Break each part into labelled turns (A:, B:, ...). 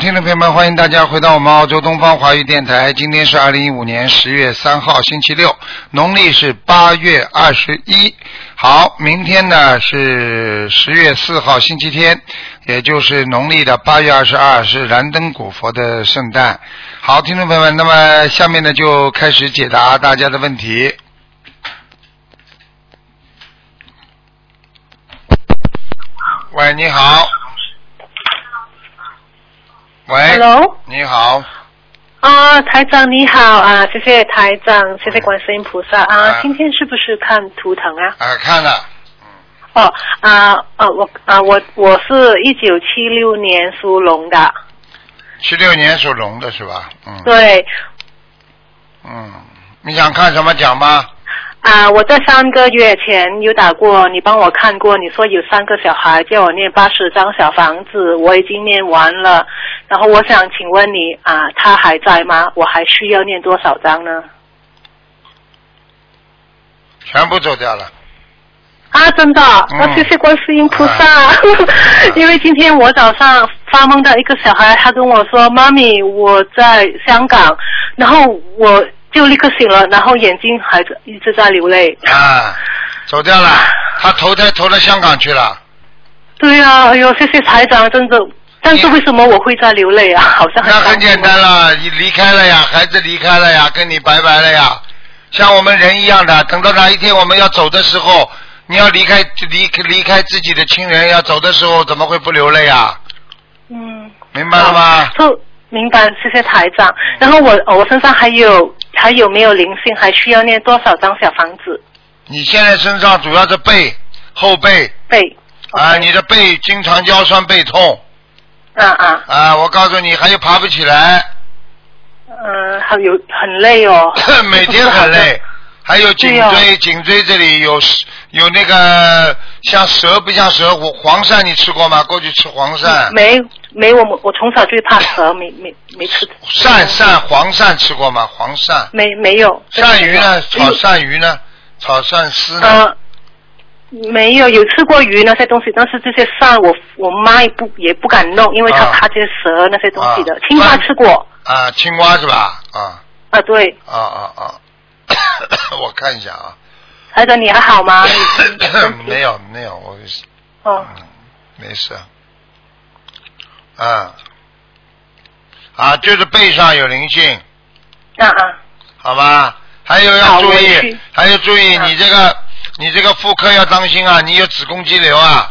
A: 听众朋友们，欢迎大家回到我们澳洲东方华语电台。今天是二零一五年十月三号，星期六，农历是八月二十一。好，明天呢是十月四号，星期天，也就是农历的八月二十二，是燃灯古佛的圣诞。好，听众朋友们，那么下面呢就开始解答大家的问题。喂，你好。喂
B: Hello
A: 你好，
B: 啊，台长你好啊，谢谢台长，谢谢
A: 嗯
B: 观世音菩萨
A: 啊
B: 啊。今天是不是看图腾啊？
A: 啊，看了，
B: 哦啊啊，我啊我我是一九七六年属龙的，
A: 七六年属龙的是吧？嗯，
B: 对
A: 嗯，你想看什么讲吗？
B: 啊，我在三个月前有打过，你帮我看过，你说有三个小孩，叫我念八十张小房子，我已经念完了，然后我想请问你啊，他还在吗？我还需要念多少张呢？
A: 全部走掉了。
B: 啊，真的，
A: 嗯
B: 我谢谢观世音菩萨，
A: 嗯
B: 因为今天我早上发梦到一个小孩，他跟我说：“妈咪，我在香港。”然后我就立刻醒了，然后眼睛还在一直在流泪。
A: 啊，走掉了，他投胎投到香港去了。
B: 对啊，哎呦，谢谢台长，真的。但是为什么我会在流泪啊？好像
A: 那很
B: 很
A: 简单了，你离开了呀，孩子离开了呀，跟你拜拜了呀，像我们人一样的，等到哪一天我们要走的时候，你要离开离离开自己的亲人，要走的时候怎么会不流泪啊？
B: 嗯，
A: 明白了吗？
B: 就明白，谢谢台长。然后我我身上还有还有没有灵性？还需要念多少张小房子？
A: 你现在身上主要是背后背
B: 背
A: 啊，
B: OK
A: 你的背经常腰酸背痛
B: 啊啊，
A: 啊，我告诉你，还有爬不起来，，
B: 嗯、还有很累哦
A: 每天很 累，还有颈
B: 对呀
A: 椎，颈椎这里有有那个像蛇不像蛇，我黄鳝你吃过吗？过去吃黄鳝，
B: 没没，我们我从小就怕蛇，没没没吃。
A: 鳝鳝黄鳝吃过吗？黄鳝，
B: 没没有。
A: 鳝鱼呢？
B: 没有
A: 炒鳝鱼呢？炒鳝丝呢？
B: 呃，没有有吃过鱼那些东西，但是这些鳝我我妈也不也不敢弄，因为她
A: 啊
B: 怕这些蛇那些东西的
A: 啊。
B: 青蛙
A: 鳝
B: 吃过
A: 啊，青蛙是吧？啊
B: 啊，对，
A: 啊啊啊！ 我看一下啊，
B: 台长你还好 吗？你
A: 没。有没有，我嗯
B: 哦，
A: 没事。啊啊，就是背上有灵性。
B: 啊啊，
A: 好吧？还有要
B: 好
A: 注
B: 我
A: 意
B: 去，
A: 还有注意，
B: 嗯
A: 你这个你这个妇科要当心啊，你有子宫肌瘤啊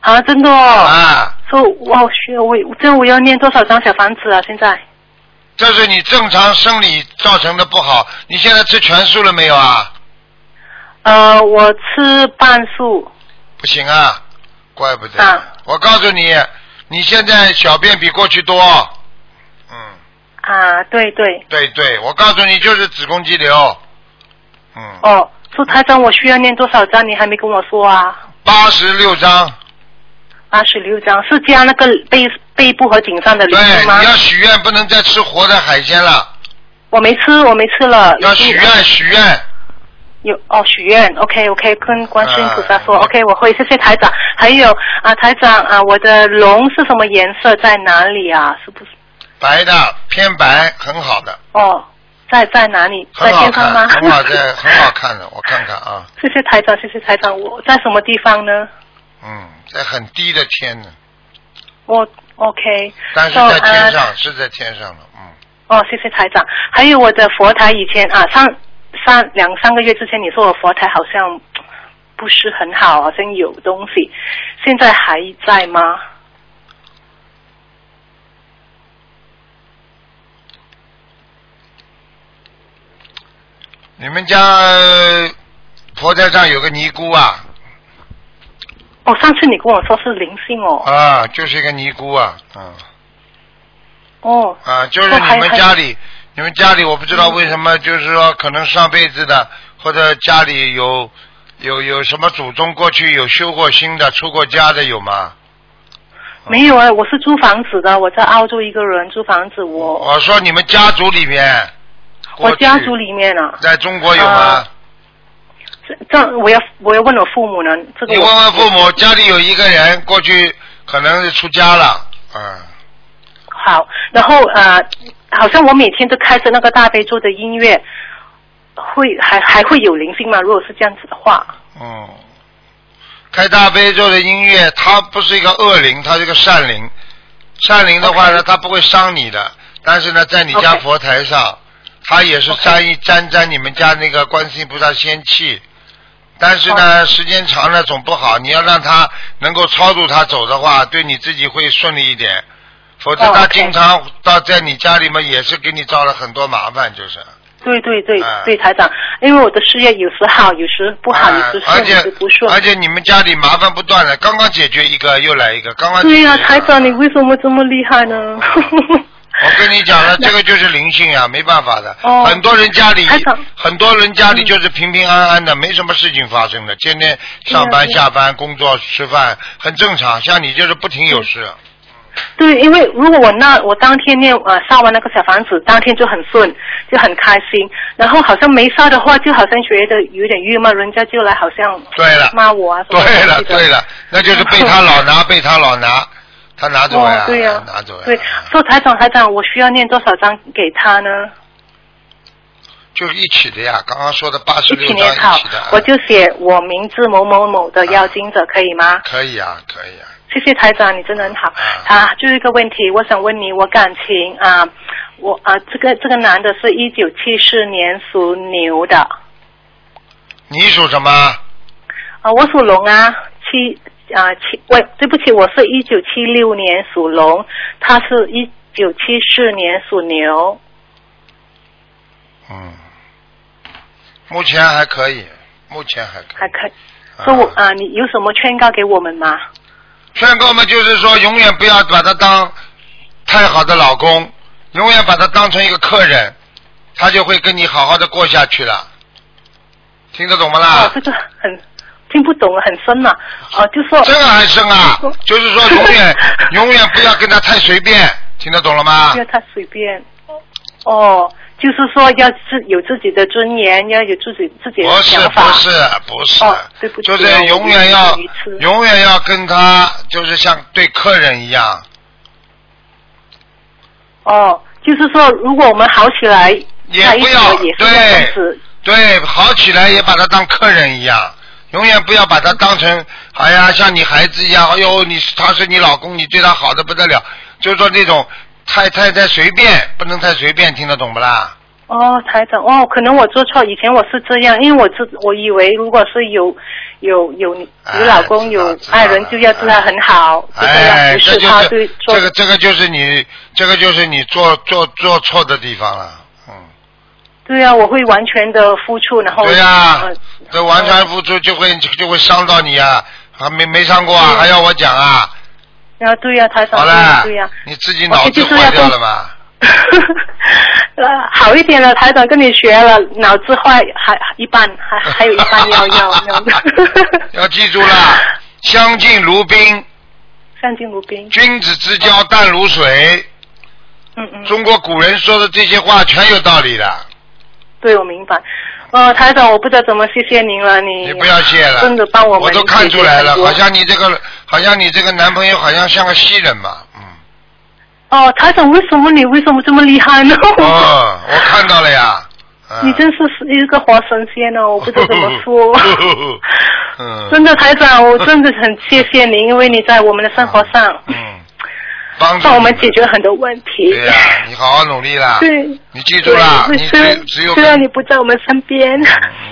B: 啊，真的哦。
A: 啊，
B: 说我需要我这我要念多少张小房子啊？现在
A: 这是你正常生理造成的不好。你现在吃全素了没有啊？
B: 呃，我吃半数
A: 不行啊，怪不得。
B: 嗯
A: 我告诉你，你现在小便比过去多。嗯，
B: 啊，对对。
A: 对对，我告诉你就是子宫肌瘤。嗯，
B: 哦，说台长我需要念多少张？你还没跟我说啊。
A: 八十六章。
B: 八十六张是加那个背背部和颈上的灵
A: 对，
B: 性吗
A: 你？要许愿，不能再吃活的海鲜了，
B: 我没吃，我没吃了。
A: 要许愿许愿。
B: 有哦，许愿。OK OK，跟观世音菩萨说、
A: 啊
B: OK，我会。谢谢台长。还有啊，台长啊，我的龙是什么颜色？在哪里啊？是不是？
A: 白的，偏白，很好的，
B: 哦，在在哪里？在
A: 很好
B: 天上吗
A: 看，？很好在，很好。看的，我看看啊，
B: 谢谢台长，谢谢台长。我在什么地方呢？
A: 嗯，在很低的天呢，
B: 我 OK。
A: 但是在天
B: 呃
A: 上，是在天上了，嗯，
B: 哦，谢谢台长。还有我的佛台以前啊，上上两三个月之前，你说我佛台好像不是很好，好像有东西，现在还在吗？
A: 你们家呃佛台上有个尼姑啊，
B: 哦，上次你跟我说是灵性哦，
A: 啊，就是一个尼姑啊，嗯，
B: 哦，
A: 啊，就是
B: 那还
A: 你们
B: 还
A: 家里，你们家里我不知道为什么，就是说可能上辈子的，或者家里有有有什么祖宗过去有修过心的、出过家的有吗？
B: 没有啊，我是租房子的，我在澳洲一个人租房子，我
A: 我说你们家族里面，过
B: 我
A: 去
B: 家族里面啊，
A: 在中国有吗
B: 啊？这这我要我要问我父母呢，这个
A: 你
B: 我
A: 问问父母，家里有一个人过去可能是出家了嗯，
B: 好，然后呃，好像我每天都开着那个大悲咒的音乐，会还还会有灵性吗？如果是这样子的话，
A: 哦，开大悲咒的音乐，它不是一个恶灵，它是一个善灵。善灵的话呢
B: OK
A: 它不会伤你的，但是呢，在你家
B: OK
A: 佛台上，它也是沾一沾沾你们家那个观世音菩萨仙气。但是呢，时间长了总不好。你要让它能够超度它走的话，对你自己会顺利一点。否则
B: 哦
A: 它
B: OK
A: 经常到在你家里面也是给你造了很多麻烦，就是。
B: 对对对、
A: 啊
B: 对，台长，因为我的事业有时好，有时不好，有
A: 啊
B: 时顺，
A: 而
B: 有时
A: 且
B: 不顺。
A: 而且你们家里麻烦不断了，刚刚解决一个又来一个，刚刚解决
B: 对
A: 一个
B: 呀、台
A: 嗯
B: 长，你为什么这么厉害呢？
A: 我跟你讲了，这个就是灵性啊，没办法的。
B: 哦嗯
A: 很多人家里
B: 台长，
A: 很多人家里就是平平安安的，没什么事情发生的，天天上班、
B: 对呀
A: 下班、工作、吃饭，很正常。像你就是不停有事，
B: 嗯对，因为如果我那我当天念呃烧完那个小房子，当天就很顺，就很开心。然后好像没烧的话，就好像觉得有点郁闷，人家就来好像
A: 对了
B: 骂我啊什么之类
A: 对
B: 的
A: 了对了，那就是被他老拿， 被他老拿，他拿走呀
B: 哦，，对呀、
A: 拿走呀，
B: 对，说台长台长，我需要念多少张给他呢？
A: 就是一起的呀。刚刚说的八十
B: 一
A: 六
B: 起念
A: 张
B: 好
A: 一起的，，嗯啊
B: 我就写我名字某某某的邀请者，可以吗？
A: 可以啊，可以啊。
B: 谢谢台长，你真的很好啊！最后一个问题，我想问你，我感情啊，我啊，这个这个男的是一九七四年属牛的
A: 你属什么？
B: 啊，我属龙啊，七啊七，喂，对不起，我是一九七六年属龙，他是一九七四年属牛，
A: 嗯，目前还可以，目前还可
B: 还
A: 以。
B: 可以。
A: 啊
B: 说我啊，你有什么劝告给我们吗？
A: 劝告们就是说，永远不要把他当太好的老公，永远把他当成一个客人，他就会跟你好好的过下去了。听得懂吗
B: 哦
A: 啦？，
B: 这个很听不懂，很深了、哦，就说
A: 这个还深啊
B: 我，
A: 就是说永 远永远不要跟他太随便，听得懂了吗
B: 不要？太随便。哦，就是说要自有自己的尊严，要有自己自己
A: 不
B: 的
A: 是
B: 想
A: 不
B: 法。
A: 是不是，
B: 哦对不起
A: 就
B: 啊
A: 是
B: 我
A: 永远要
B: 无意之
A: 永远要跟他就是像对客人一样，
B: 哦，就是说如果我们好起来，
A: 也
B: 在一
A: 不
B: 起
A: 要
B: 了也是
A: 对
B: 这样子。
A: 对，好起来也把他当客人一样，永远不要把他当成哎呀像你孩子一样，哎呦你他是你老公，你对他好的不得了，就是说那种太太太随便，不能太随便，听得懂不啦？
B: 哦，台长，哦，可能我做错，以前我是这样，因为我自我以为如果是有有有
A: 哎
B: 有老公、
A: 知道
B: 有
A: 知道
B: 爱人，就要对他很好，就这样，
A: 哎，这
B: 不是
A: 就
B: 他对
A: 是
B: 做
A: 这个这个就是你这个就是你做做做错的地方了，嗯，
B: 对啊，我会完全的付出，然后
A: 对呀、
B: 呃
A: 这完全付出就会就会伤到你啊，还没没伤过啊，
B: 嗯
A: 还要我讲啊？
B: 然后呃对呀、台长，嗯
A: 好了，
B: 对呀、
A: 你自己脑
B: 我
A: 子
B: 就是
A: 坏
B: 要
A: 掉
B: 跟
A: 了吧？
B: 呃，好一点了，台长跟你学了，脑子坏还一半，还还有一半 要要 要。
A: 要记住了，相敬如宾，
B: 上进如宾，
A: 君子之交淡如水。
B: 嗯嗯，
A: 中国古人说的这些话全有道理的，
B: 对我明白。呃，台长，我不知道怎么谢谢您了，你
A: 你不要谢了。
B: 真的帮我
A: 我
B: 们
A: 都看出来了
B: 解，决很多
A: 好像你这个，好像你这个男朋友好像像个西人 嘛，嗯。
B: 哦，台长，为什么你为什么这么厉害呢？
A: 哦，我看到了呀。嗯。
B: 你真是是一个活神仙哦，我不知道怎么说
A: 嗯
B: 真的，台长，我真的很谢谢您，因为你在我们的生活上
A: 嗯，帮助
B: 帮我们
A: 你
B: 解决很多问题。
A: 对呀、你好好努力啦。
B: 对
A: 你记住
B: 对，
A: 啦，
B: 会
A: 你
B: 虽
A: 只只有
B: 虽然
A: 跟
B: 你不在我们身边，
A: 嗯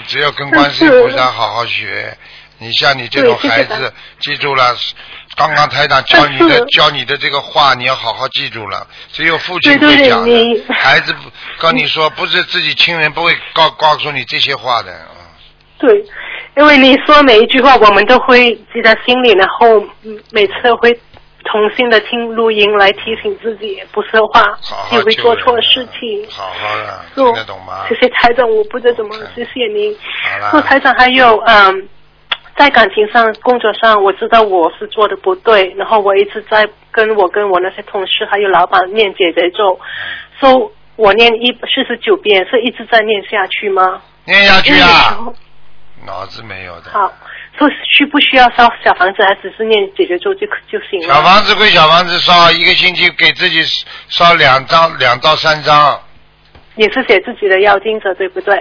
A: 只有跟观世音菩萨好好学。你像你这种
B: 对谢
A: 孩
B: 谢
A: 子，记住了，刚刚台长教你
B: 但
A: 的
B: 是
A: 教你的这个话，你要好好记住了。只有父亲
B: 对对
A: 会
B: 对
A: 讲
B: 你
A: 的，孩子不跟你说，不是自己亲人不会告告诉你这些话的。嗯
B: 对，因为你说每一句话，我们都会记在心里，然后嗯每次都会重新的听录音来提醒自己，不说话
A: 好好
B: 也会
A: 救
B: 做
A: 人
B: 错
A: 啊
B: 事情。
A: 好好的，
B: 是
A: 听得懂吗？
B: 谢谢台长，我不知道怎么
A: OK
B: 谢谢您。
A: 好啦
B: 那台长还有嗯，在感情上、工作上，我知道我是做的不对，然后我一直在跟我跟我那些同事还有老板念姐姐
A: 嗯
B: 咒，说、我念一四十九遍，是一直在念下去吗？
A: 念下去
B: 因为有时
A: 啊，
B: 候
A: 脑子没有的。
B: 嗯好，所以需不需要烧小房子，还只是念解决咒就可就行了？
A: 小房子归小房子烧，一个星期给自己烧两张，两到三张。
B: 也是写自己的妖精者，对不对？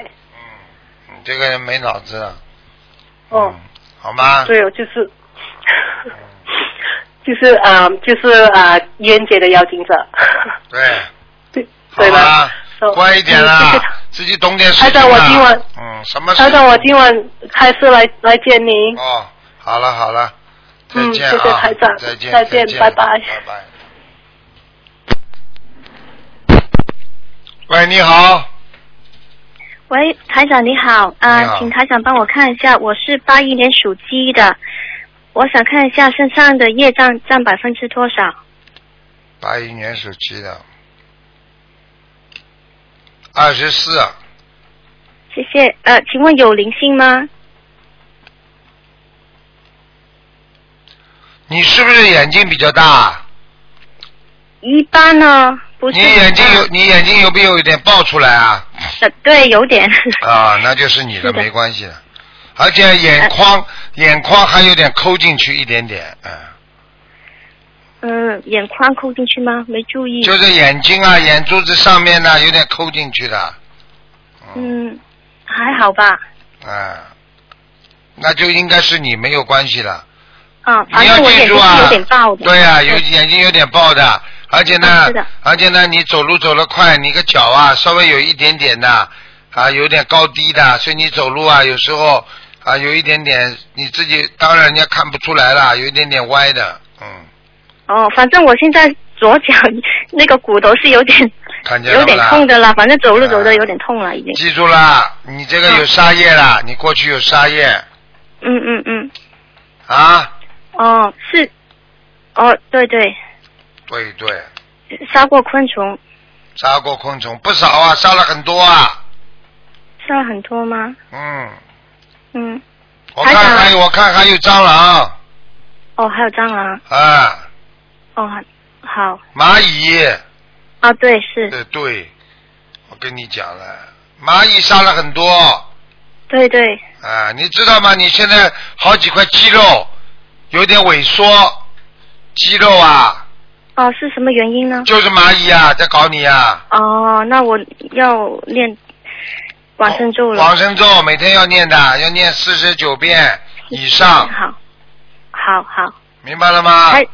A: 你这个人没脑子啊，
B: 哦，
A: 好吗？
B: 对哦，就是， 就是啊、就是啊、冤结的妖精者，
A: 对，
B: 对
A: 好
B: 对吧？
A: 吧，
B: 哦
A: 乖一点
B: 嗯谢
A: 啦
B: 谢，
A: 自己懂点事
B: 台
A: 情
B: 长我
A: 啦
B: 今晚
A: 嗯，什么事？
B: 台长，我今晚开车来来见您。
A: 哦，好了好了，再
B: 嗯
A: 见
B: 谢谢
A: 啊，
B: 台长
A: 再见
B: 再
A: 见
B: 见
A: 拜
B: 拜拜
A: 拜拜。喂，你好，
C: 喂，台长你好啊、
A: 你好
C: 请台长帮我看一下，我是八一年属鸡的，我想看一下身上的业障占百分之多少？
A: 八一年属鸡的，二十四，
C: 谢谢。呃，请问有灵性吗？
A: 你是不是眼睛比较大？
C: 一般呢，不是
A: 你
C: 很大。
A: 眼睛有，你眼睛有没有一点爆出来啊？
C: 呃，对，有点。
A: 啊，那就是你了，
C: 是的
A: 没关系的。而且眼
B: 哎
A: 眶，眼眶还有点抠进去一点点，嗯，
C: 嗯，眼眶抠进去吗？没注意。
A: 就是眼睛啊、眼珠子上面呢、有点抠进去的，
C: 嗯，还好吧。
A: 啊，那就应该是你没有关系了。
C: 啊，
A: 你
C: 反
A: 要
C: 正我
A: 记
C: 眼
A: 住
C: 睛
A: 啊，
C: 是有点爆的。
A: 对啊，有眼睛有点爆的，而且呢
C: 嗯哦是的，
A: 而且呢，你走路走得快，你个脚啊稍微有一点点的啊，有点高低的，所以你走路啊有时候啊有一点点，你自己当然人家看不出来啦，有一点点歪的，嗯，
C: 哦，反正我现在左脚 那个骨头是有点
A: 看见了
C: 有点
A: 不啦
C: 痛的啦，反正走路走的有点痛了已经。
A: 记住啦，你这个有沙叶啦，你过去有沙叶
C: 嗯嗯嗯，
A: 啊，
C: 哦是，哦对对，
A: 对对，
C: 杀过昆虫，
A: 杀过昆虫不少啊，杀了很多啊，
C: 杀了很多吗？
A: 嗯，
C: 嗯，
A: 我
C: 台
A: 看
C: 长
A: 还有我看还有蟑螂
C: 哦还有蟑螂，
A: 啊。
C: 哦好，
A: 蚂蚁，
C: 啊对是，
A: 呃，对，我跟你讲了，蚂蚁杀了很多
C: 对对，
A: 啊，你知道吗？你现在好几块肌肉有点萎缩，肌肉啊，
C: 哦是什么原因呢？
A: 就是蚂蚁啊，在搞你啊。
C: 哦那我要练往生咒了，
A: 往生咒每天要念的，要念四十九遍以上，
C: 好，好好，
A: 明白了吗？
C: 台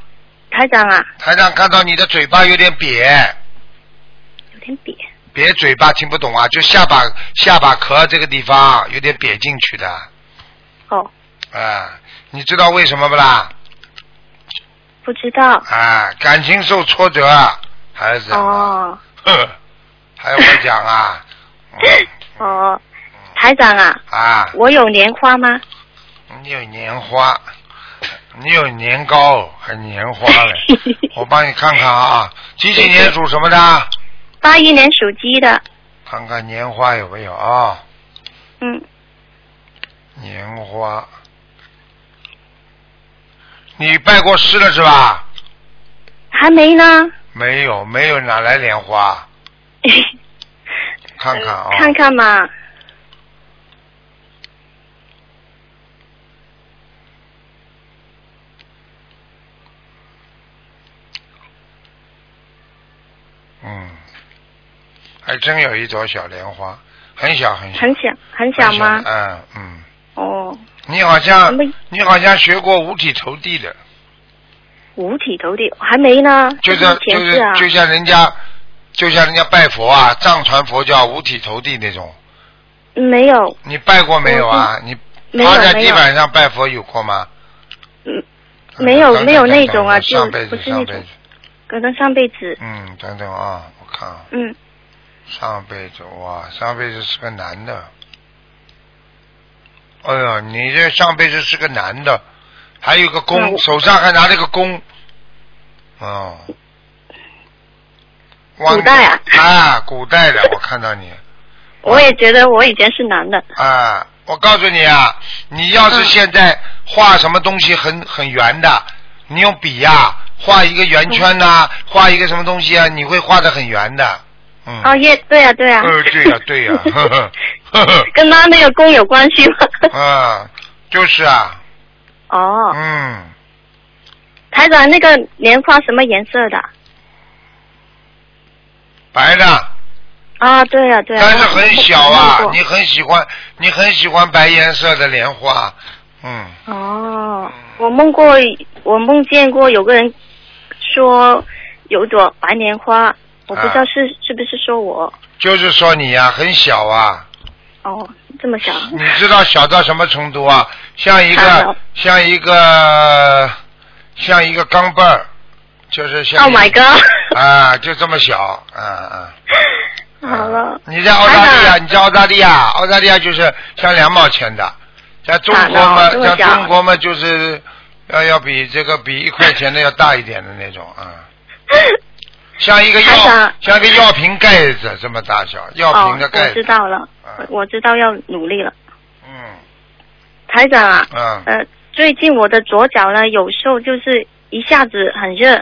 C: 台长啊，
A: 台长看到你的嘴巴有点瘪，
C: 有点瘪，
A: 瘪嘴巴听不懂啊，就下巴下巴壳这个地方有点瘪进去的
C: 哦
A: 啊，你知道为什么不啦？
C: 不知道，
A: 啊，感情受挫折，孩子。
C: 哦
A: 呵， 还会讲啊？嗯
C: 哦，台长啊，
A: 啊，
C: 我有莲花 吗？。
A: 你有年花，你有年糕，还年花嘞 我帮你看看啊，几几年属什么的？
C: 八一年属鸡的，
A: 看看年花有没有啊？
C: 嗯，
A: 年花，你拜过师了是吧？
C: 还没呢。
A: 没有，没有，哪来莲花？看看啊，
C: 看看嘛，
A: 嗯，还真有一朵小莲花，很小很小。
C: 很小很小吗
A: 很？嗯嗯，
C: 哦，
A: 你好像
C: 没
A: 你好像学过五体投地的，
C: 五体投地还没呢，
A: 就是就
C: 前世
A: 是
C: 啊，
A: 就像人家就像人家拜佛啊，藏传佛教五体投地那种，
C: 没有
A: 你拜过没有啊？你
C: 没有
A: 趴在
C: 没
A: 地
C: 有
A: 板上拜佛有过吗？
C: 嗯没有
A: 等等
C: 没有那
A: 等等
C: 种啊就
A: 上辈子
C: 不是
A: 上
C: 那
A: 辈
C: 种
A: 子，
C: 可能上辈子，
A: 嗯，等等啊，我看啊，
C: 嗯，
A: 上辈子哇，上辈子是个男的。哎呀，你这上辈子是个男的，还有个
C: 那
A: 弓，
C: 我
A: 手上还拿了个弓。哦。
C: 古代啊
A: 忘了啊，古代的，我看到你
C: 我也觉得我以前是男的，
A: 啊，我告诉你啊，你要是
C: 嗯
A: 现在画什么东西很很圆的，你用笔呀、画一个圆圈呐、画一个什么东西啊，你会画的很圆的。嗯。
C: 哦耶，对呀对呀，
A: 呃，对呀、 对呀、呵呵呵呵，
C: 跟他那个功有关系吗？
A: 啊，就是啊，
C: 哦，
A: 嗯，
C: 台长，那个莲花什么颜色的？
A: 白的，
C: 啊，对呀、对呀、
A: 但是很小啊
C: 我看，过
A: 你很喜欢，你很喜欢白颜色的莲花，嗯，
C: 哦，我梦过，我梦见过有个人说有一朵白莲花，我不知
A: 啊
C: 道是、是不是说我
A: 就是说你呀、很小啊，
C: 哦这么想
A: 你知道小到什么程度啊？像一
C: 啊
A: 个像一个像一个钢镚儿，就是像
C: ？Oh
A: 一个
C: my god！
A: 啊，就这么小，嗯、啊、嗯。
C: 好了，
A: 你在澳大利亚，
C: 台长
A: 你在澳大利亚，澳大利亚就是像两毛钱的，在中国嘛
C: 啊，那我这么
A: 像
C: 小
A: 中国嘛，就是要要比这个比一块钱的要大一点的那种啊、嗯，像一个药
C: 台长
A: 像一个药瓶盖子这么大小，药
C: 哦
A: 瓶的，盖
C: 我
A: 子
C: 知，道了
A: 啊，
C: 我知道要努力了，
A: 嗯
C: 台长啊，
A: 嗯，
C: 呃，最近我的左脚呢，有时候就是一下子很热，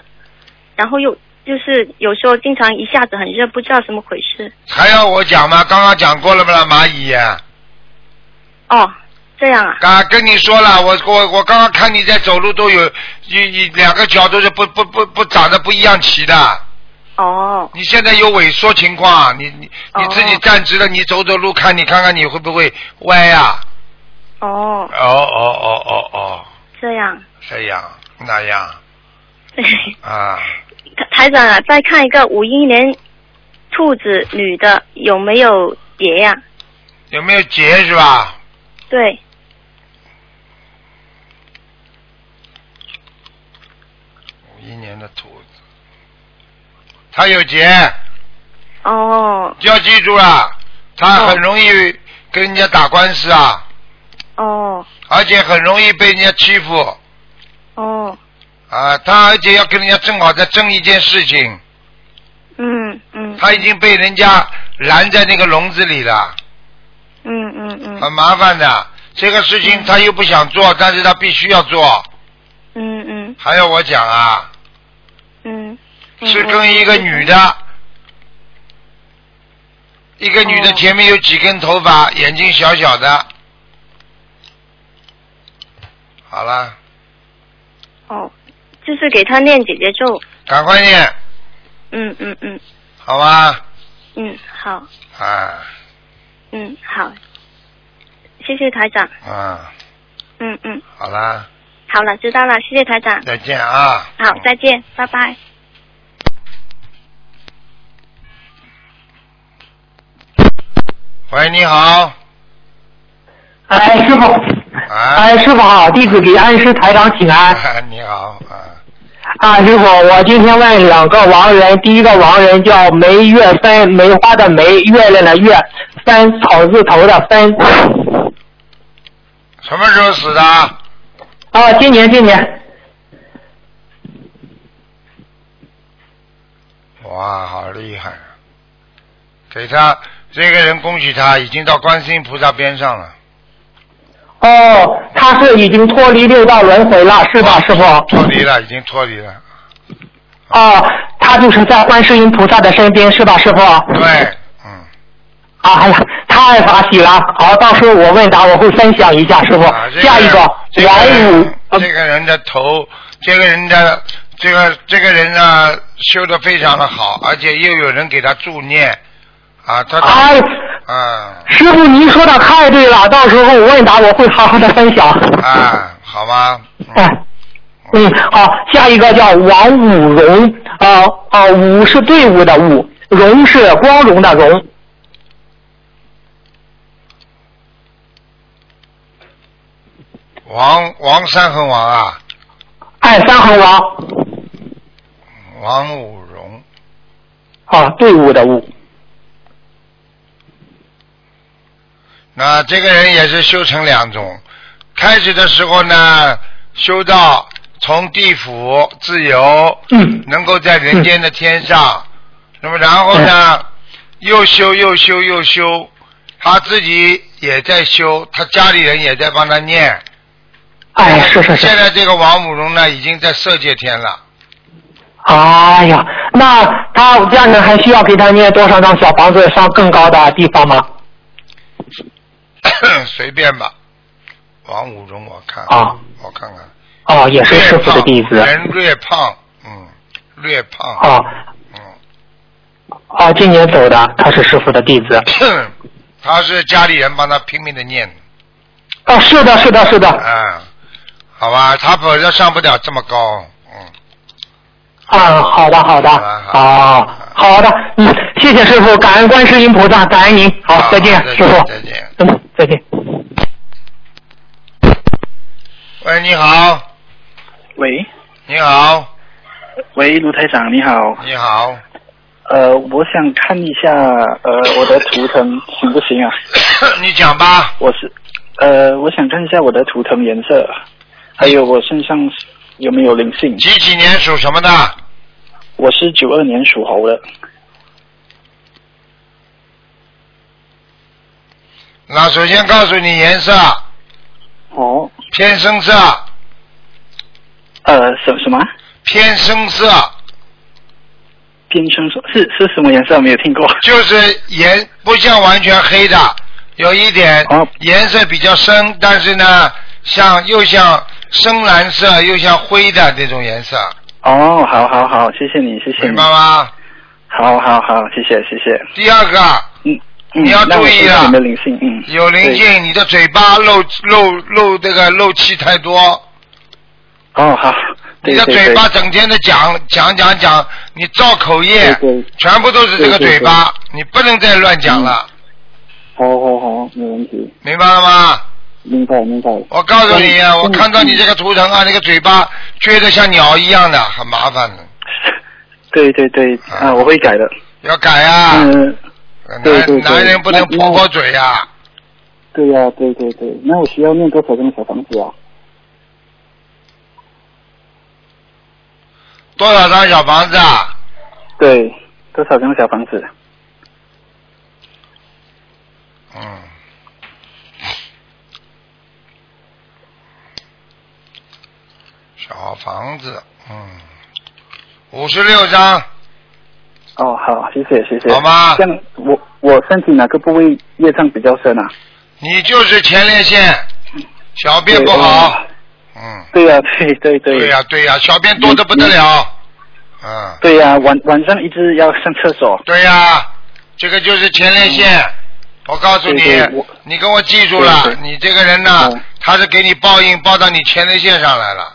C: 然后又就是有时候经常一下子很热，不知道什么回事。
A: 还要我讲吗？刚刚讲过了不啦，蚂蚁、啊。
C: 哦，这样啊？
A: 啊，跟你说了，我我我刚刚看你在走路都有，你你两个脚都是不不不不长得不一样齐的，
C: 哦，
A: 你现在有萎缩情况，你你
C: 哦
A: 你自己站直了，你走走路看，你看看你会不会歪啊呀、
C: 哦，
A: 哦哦哦哦哦，
C: 这样。
A: 这样那样啊，
C: 台台长啊，再看一个五一年兔子女的有没有结呀、
A: 有没有结是吧？
C: 对，
A: 五一年的兔子，他有结，
C: 哦
A: 要记住了，他很
C: 哦
A: 容易跟人家打官司啊，
C: 哦
A: 而且很容易被人家欺负。
C: 哦，
A: 啊，他而且要跟人家正好在争一件事情，
C: 嗯嗯
A: 他已经被人家拦在那个笼子里了，
C: 嗯嗯嗯
A: 很麻烦的。这个事情他又不想做，但是他必须要做。
C: 嗯嗯
A: 还要我讲啊，
C: 嗯，嗯
A: 是跟一个女，的，一个女的
C: 哦
A: 前面有几根头发，眼睛小小的。好了，
C: 哦，就是给他念姐姐咒，
A: 赶快念，
C: 嗯嗯嗯
A: 好吧？
C: 嗯，好，
A: 啊
C: 嗯好，谢谢台长，
A: 啊，
C: 嗯嗯，
A: 好啦，
C: 好了，知道了，谢谢台长，
A: 再见啊。
C: 好，再见，拜拜。
A: 喂，你好。
D: 哎，师傅，哎，师傅好，弟子给安师台长 请安。
A: 啊，你好啊，
D: 啊，师傅，我今天问两个亡人，第一个亡人叫梅月芬，梅花的梅，月亮的月，芬草字头的芬。
A: 什么时候死的？
D: 啊，今年今年，
A: 哇，好厉害啊！给他这个人，恭喜他，已经到观世音菩萨边上了。
D: 哦，他是已经脱离六道轮回了，是吧，师傅？
A: 脱离了，已经脱离了。啊
D: 哦，他就是在观世音菩萨的身边，是吧，师傅？
A: 对，嗯，
D: 啊，哎呀，太法喜了！好，到时候我问答我会分享一下，师傅。
A: 啊，这
D: 下一
A: 个
D: 个呃
A: 这个
D: 元武
A: 人，这个人的头，这个人的这个这个人呢，修的非常的好，而且又有人给他助念，啊，他
D: 哎，
A: 啊
D: 师傅您说的太对了，到时候我问答我会好好的分享。
A: 啊，好吗？
D: 哎，嗯，好，下一个叫王武荣，啊啊，武是队伍的武，荣是光荣的荣。
A: 王王三横王啊，
D: 哎，三横王，
A: 王五荣。
D: 啊，队伍的伍。
A: 那这个人也是修成两种，开始的时候呢，修到从地府自由，
D: 嗯哎
A: 能够在人间的天上，那么然后呢，又修又修又修，他自己也在修，他家里人也在帮他念。
D: 哎，是是是
A: 现。在这个王母荣呢，已经在色界天了，
D: 哎呀，那他家人还需要给他念多少张小房子上更高的地方吗？
A: 随便吧，王武荣，我看
D: 啊，
A: 我看看，
D: 哦，也是师傅的弟子
A: 略胖人略胖，嗯，略胖，
D: 哦
A: 嗯，
D: 哦，今年走的，他是师傅的弟子。
A: 他是家里人帮他拼命的念，
D: 哦，是的，是的，是的，
A: 嗯，好吧，他否则上不了这么高，嗯，
D: 啊，好的，好的，
A: 好
D: 哦，好的，嗯，谢谢师傅，感恩观世音菩萨，感恩您，好，再见，
A: 啊再
D: 师傅
A: 见，，再见。
D: 嗯，再见。
A: 喂，你好，
E: 喂
A: 你好，
E: 喂，卢台长你好，
A: 你好，
E: 呃，我想看一下呃我的图腾行不行啊？
A: 你讲吧，
E: 我是呃我想看一下我的图腾颜色，还有我身上有没有灵性。
A: 几几年属什么的？
E: 我是九二年属猴的，
A: 那首先告诉你颜色，
E: 哦，
A: 偏深色，
E: 呃什什么
A: 偏深色
E: 变成什是是什么颜色？没有听过。
A: 就是颜不像完全黑的，有一点
E: 哦
A: 颜色比较深，但是呢，像又像深蓝色又像灰的这种颜色，
E: 哦，好好好，谢谢你，谢谢
A: 明
E: 你
A: 白，吗？
E: 好好好，谢谢谢谢。
A: 第二个
E: 嗯，
A: 你要
E: 那我
A: 注意
E: 身上
A: 啊
E: 有没有灵性？嗯，
A: 有灵性，你的嘴巴漏漏漏这个漏气太多。
E: 哦，好，
A: 你
E: 对
A: 的
E: 对对，
A: 嘴巴整天的讲讲讲讲，你造口业，
E: 对对嗯
A: 全部都是这个嘴巴，你不能再乱讲了，
E: 好好好，没问题，
A: 明白了吗？
E: 明白明白。
A: 我告诉你啊，
E: 嗯
A: 我看到你这个图腾啊，那个嘴巴撅得像鸟一样的，很麻烦的，
E: 对对对，啊，我会改的。
A: 要改啊！
E: 嗯，对对
A: 男
E: 对
A: 男人不能
E: 那
A: 破破嘴啊呀、
E: 对呀、对对对，那我需要念多少张小房子啊？
A: 多少张小房子啊？
E: 对，多少张小房子？
A: 嗯。小房子，嗯，五十六张，
E: 哦，好，谢谢谢谢。
A: 好吗
E: 像我我身体哪个部位业障比较深啊？
A: 你就是前列腺，小便不
E: 对
A: 好
E: 哦，
A: 嗯，
E: 对呀、对对对。
A: 对呀、啊对呀、小便多的不得了，嗯，
E: 对呀、晚晚上一直要上厕所。
A: 对呀、这个就是前列腺。我告诉你
E: 嗯对对我，
A: 你跟我记住了
E: 对，对
A: 你这个人呢
E: 嗯，
A: 他是给你报应报到你前列腺上来了。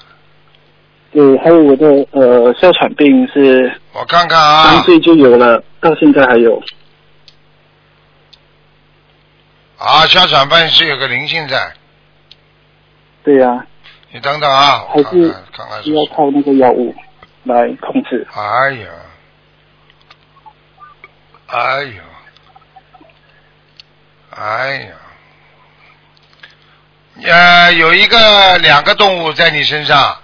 E: 对，还有我的呃哮喘病是
A: 我看看
E: 三
A: 啊，
E: 岁就有了，到现在还有。
A: 啊，哮喘病是有个灵性在，
E: 对呀、
A: 你等等啊，我
E: 还
A: 看
E: 是
A: 看看看
E: 需
A: 是
E: 要
A: 谁。
E: 靠那个药物来控制。
A: 哎呀，哎呀，哎呀，呃，有一个两个动物在你身上，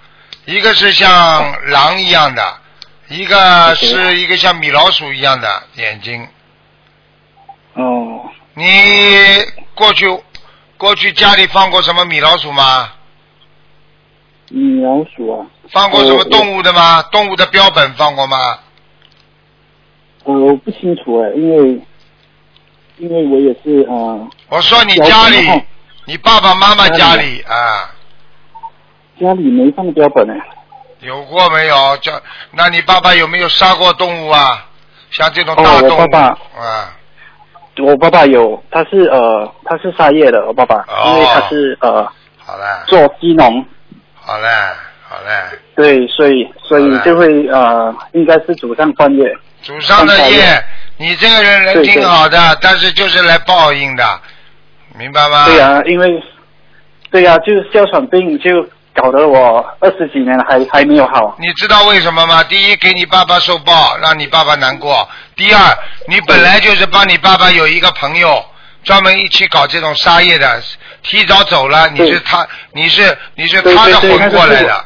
A: 一个是像狼一样的，一个
E: 啊
A: 是一个像米老鼠一样的眼睛。
E: 哦，
A: 你过去过去家里放过什么米老鼠吗？
E: 米老鼠啊，
A: 放过什么
E: 我
A: 动物的吗？动物的标本放过吗？
E: 呃，我不清楚哎，因为因为我也是啊、呃，
A: 我说你
E: 小
A: 家
E: 时候
A: 里，你爸爸妈妈家
E: 家
A: 里
E: 里
A: 啊，
E: 家里没放标本哎，
A: 有过没有？叫那你爸爸有没有杀过动物啊？像这种大
E: 哦我
A: 动物、
E: 爸
A: 啊，
E: 我爸爸有，他是呃他是沙叶的，我爸爸，
A: 哦
E: 因为他是呃
A: 好嘞，
E: 做鸡农，
A: 好嘞，好嘞。
E: 对，所以所
A: 好
E: 以
A: 嘞
E: 就会呃应该是祖上半夜，
A: 祖上的
E: 放下
A: 业
E: 业，
A: 你这个人人
E: 对对
A: 挺好的，但是就是来报应的，明白吗？
E: 对呀、因为对呀、就是哮喘病就搞得我二十几年还还没有好。
A: 你知道为什么吗？第一，给你爸爸受报，让你爸爸难过；第二，你本来就是帮你爸爸有一个朋友，专门一起搞这种沙业的，提早走了，你
E: 对
A: 是他，你是你是
E: 对
A: 他的
E: 对对
A: 魂过来的。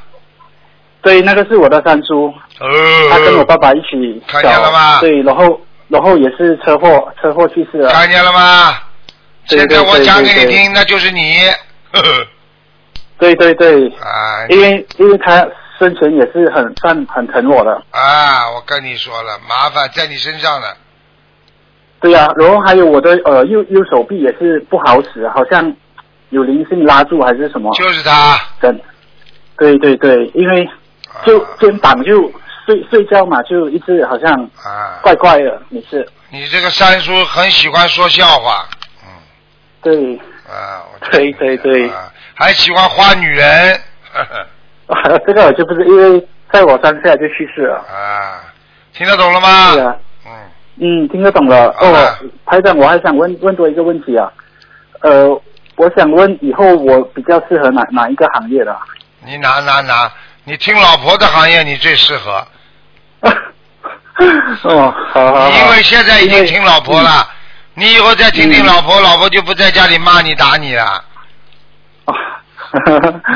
E: 对，那个是我的三叔，
A: 哦，
E: 他跟我爸爸一起搞
A: 看见了吗
E: 对，然后然后也是车祸，车祸去世了。
A: 看见了吗？
E: 对
A: 现在我
E: 对对
A: 讲给
E: 对
A: 你
E: 对
A: 听，那就是你。 呵呵
E: 对对对，
A: 啊
E: 因为因为他生前也是很善很疼我的。
A: 啊！我跟你说了，麻烦在你身上了。
E: 对呀、然后还有我的呃右右手臂也是不好使，好像有灵性拉住还是什么？
A: 就是他。
E: 真的，对对对，因为就
A: 啊
E: 肩膀就睡睡觉嘛，就一直好像
A: 啊，
E: 怪怪的，每次
A: 你这个三叔很喜欢说笑话，嗯，
E: 对，
A: 啊，我觉得
E: 对对对
A: 啊，还喜欢花女人， 呵呵
E: 这个我就不是，因为在我当下就去世了。
A: 啊，听得懂了吗？
E: 对啊，
A: 嗯，
E: 嗯，听得懂了。
A: 好的
E: 哦，排长，我还想问问多一个问题啊，呃，我想问以后我比较适合哪哪一个行业的啊？
A: 你拿拿拿，你听老婆的行业你最适合，
E: 哦，好好好。嗯
A: 因为现在已经听老婆
E: 因为。
A: 了，你以后再听听
E: 嗯
A: 老婆，老婆就不在家里骂你打你了。
E: 哦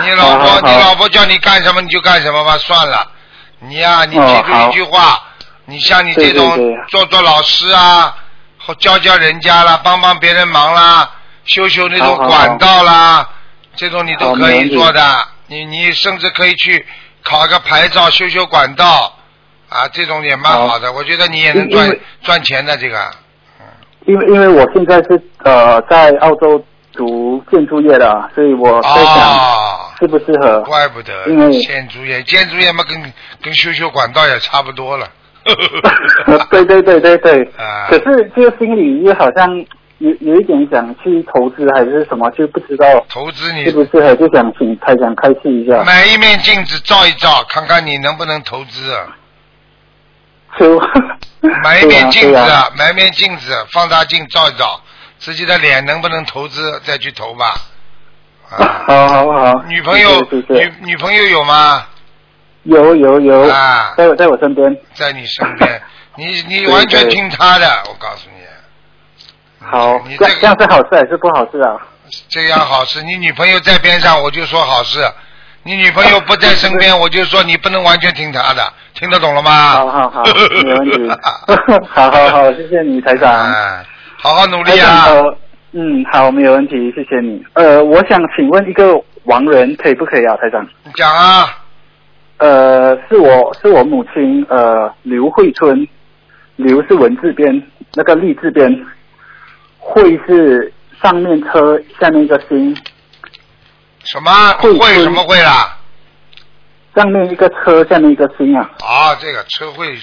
A: 你老
E: 好
A: 婆，
E: 好
A: 你
E: 好
A: 老婆叫你干什么你就干什么吧，算了。你呀、啊你记
E: 哦
A: 住
E: 好
A: 一句话，你像你这种
E: 对对对
A: 做做老师啊，或教教人家啦，帮帮别人忙啦，修修那种
E: 好好好
A: 管道啦，这种你都
E: 好
A: 可
E: 没
A: 以
E: 问题
A: 做的。你你甚至可以去考个牌照，修修管道啊，这种也蛮
E: 好
A: 好的。我觉得你也
E: 因
A: 能赚
E: 因为
A: 赚钱的这个。
E: 因为因为我现在是呃在澳洲读建筑业的，所以我在想
A: 哦，
E: 适不适合。
A: 怪不得
E: 呃因为
A: 建筑业，建筑业嘛跟跟修修管道也差不多 了。
E: 对对对对对。
A: 啊
E: 可是这个心里又好像有有一点想去投资还是什么，就不知道
A: 投资你
E: 适不适合，就想请台长开示一下。
A: 买一面镜子照一照，看看你能不能投资啊。
E: 就
A: 买一面镜
E: 对
A: 子，
E: 啊对啊
A: 啊，买一面镜子，放大镜照一照，自己的脸能不能投资，再去投吧。啊，
E: 好好好。
A: 女朋友
E: 谢谢谢谢
A: 女女朋友有吗？
E: 有有有，
A: 啊
E: 在我在我身边。
A: 在你身 边，你你
E: 对
A: 完全
E: 对
A: 听她的，我告诉你。
E: 好，
A: 你
E: 这
A: 这
E: 样这
A: 个
E: 样是好事还是不好事啊？
A: 这样好事，你女朋友在边上，我就说好事；你女朋友不在身边，我就说你不能完全听她的，听得懂了吗？
E: 好 好好，没问题。好好好，谢谢你，台长。
A: 哎，好好努
E: 台
A: 力
E: 长，
A: 啊！
E: 呃嗯，好，没有问题，谢谢你。呃，我想请问一个亡人可以不可以啊，台长？
A: 你讲啊，
E: 呃，是我是我母亲，呃，刘慧春，刘是文字边，那个立字边，慧是上面车下面一个心，
A: 什么
E: 会
A: 会
E: 会
A: 什么会啦？
E: 上面一个车下面一个心啊，
A: 啊，这个车会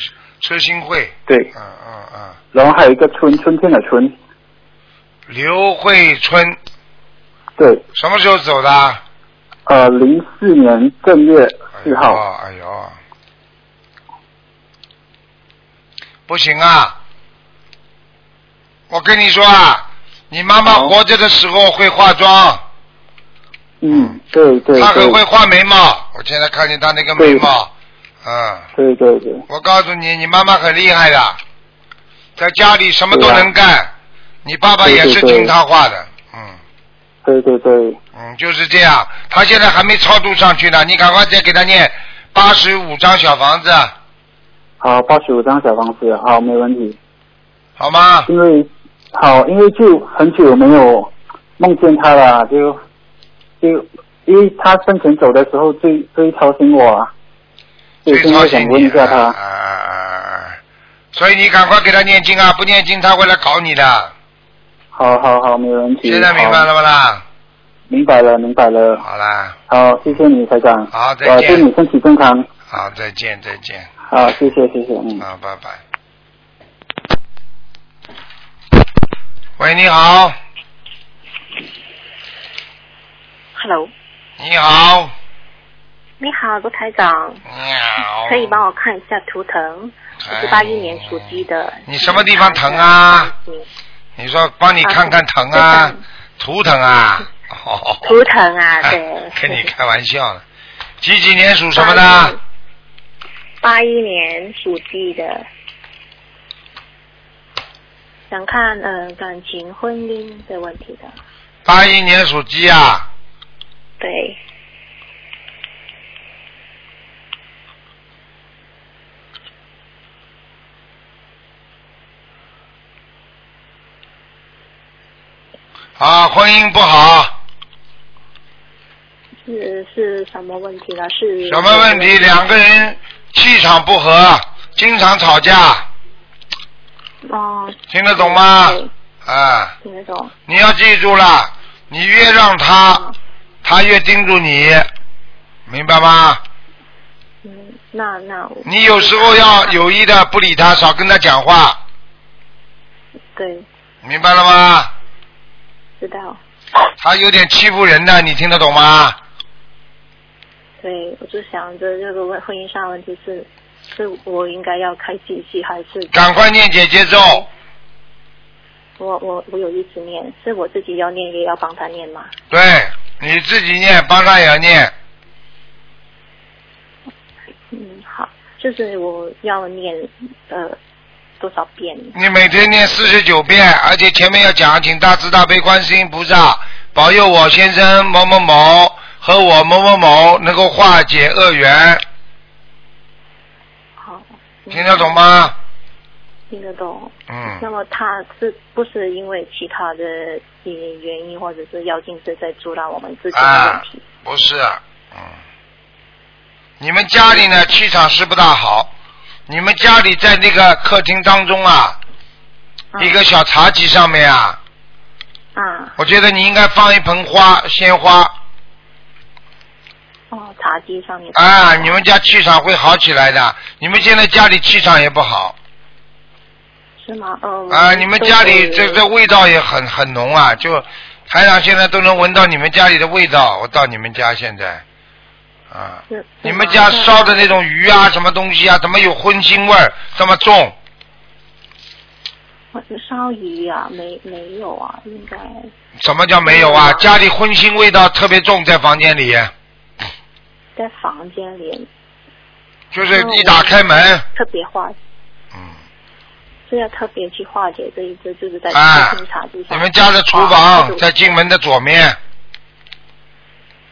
A: 车新会，
E: 对
A: 嗯，嗯嗯，
E: 然后还有一个春，春天的春，
A: 刘慧春
E: 对，
A: 什么时候走的？
E: 呃，零四年正月四号。
A: 哎呦，哎呦，不行啊！我跟你说啊，你妈妈
E: 好
A: 活着的时候会化妆，
E: 嗯，对对
A: 她
E: 对
A: 很会画眉毛。我现在看见她那个眉
E: 对
A: 毛，嗯，
E: 对对对，
A: 我告诉你，你妈妈很厉害的，在家里什么都
E: 对啊
A: 能干。你爸爸也是
E: 对对对
A: 听她话的，嗯
E: 对对对，
A: 嗯，就是这样。他现在还没超度上去呢，你赶快再给他念八十五张小房子，
E: 好，八十五张小方式，好，没问题。
A: 好吗？
E: 因为好，因为就很久没有梦见他了，就就因为他生前走的时候最最操心我啊，所以
A: 最
E: 现
A: 操
E: 在
A: 心
E: 想
A: 你
E: 问一下
A: 啊
E: 他，
A: 啊啊啊啊所以你赶快给他念经啊，不念经他会来搞你的。
E: 好好好，没问题。
A: 现在明白
E: 好，
A: 了吧啦？
E: 明白了，明白了。
A: 好啦，
E: 好，谢谢你，台长。
A: 好再
E: 呃
A: 见
E: 祝你身体健康。
A: 好，再见，再见。
E: 好，谢谢，谢谢，嗯。
A: 啊，拜拜。喂，你好，
C: Hello，
A: 你好，
C: 你好，罗台长，
A: 你好。哎
C: 可以帮我看一下图腾？我是八一年属鸡的。
A: 你什么地方疼啊？你说帮你看看疼
C: 啊
A: 啊，图腾啊。哦。
C: 图腾啊，对
A: 跟你开玩笑呢。几几年属什么
C: 81
A: 的
C: 年？？八一年属鸡的，想看呃感情、婚姻的问题的，
A: 八一年属鸡啊。
C: 对，
A: 啊，婚姻不好，
C: 是是什么问题呢？是
A: 什么问
C: 嗯
A: 题？两个人气场不合，经常吵架，
C: 哦，
A: 听得懂吗？
C: 对
A: 啊，
C: 听得懂。
A: 你要记住了，你越让
C: 嗯
A: 他，他越盯住你，明白吗？
F: 嗯，那那我
A: 你有时候要有意的不理他，少跟他讲话，
F: 对，
A: 明白了吗？
F: 知道，
A: 他有点欺负人的，你听得懂吗？
F: 所以我就想着这个问婚姻上的问题是，是我应该要开机器还是
A: 赶快念姐姐咒，
F: 我我我有一直念，是我自己要念也要帮他念嘛？
A: 对，你自己念，帮他也要念，
F: 嗯，好，就是我要念呃多少遍？
A: 你每天念四十九遍，而且前面要讲，请大慈大悲观世音菩萨保佑我先生某某某和我某某某能够化解恶缘，
F: 好，嗯
A: 听得懂？吗？
F: 听得懂。那
A: 嗯，
F: 么他是不是因为其他的呃原因或者是妖精是在阻挡我们自己的问题？
A: 啊不是，嗯，你们家里呢气场是不大好，你们家里在那个客厅当中啊，
F: 啊
A: 一个小茶几上面啊，
F: 啊
A: 我觉得你应该放一盆花，鲜花
F: 哦，茶几上面
A: 啊，你们家气场会好起来的。你们现在家里气场也不好
F: 是吗？
G: 哦
F: 嗯
A: 啊，你们家里这这
F: 个
A: 味道也很很浓啊，就台长现在都能闻到你们家里的味道。我到你们家现在啊，你们家烧的那种鱼啊，什么东西啊，怎么有荤腥味儿这么重？
F: 呃烧鱼啊？没没有啊？应该
A: 什么叫没有啊
F: 没有啊？
A: 家里荤腥味道特别重，在房间里，
F: 在房间里
A: 就是一打开门，
F: 特别化
A: 嗯，
F: 是要特别去化解这一个，就是在
A: 啊
F: 清茶具上。
A: 你们家的厨
F: 啊就
A: 房
F: 是
A: 在进门的左面。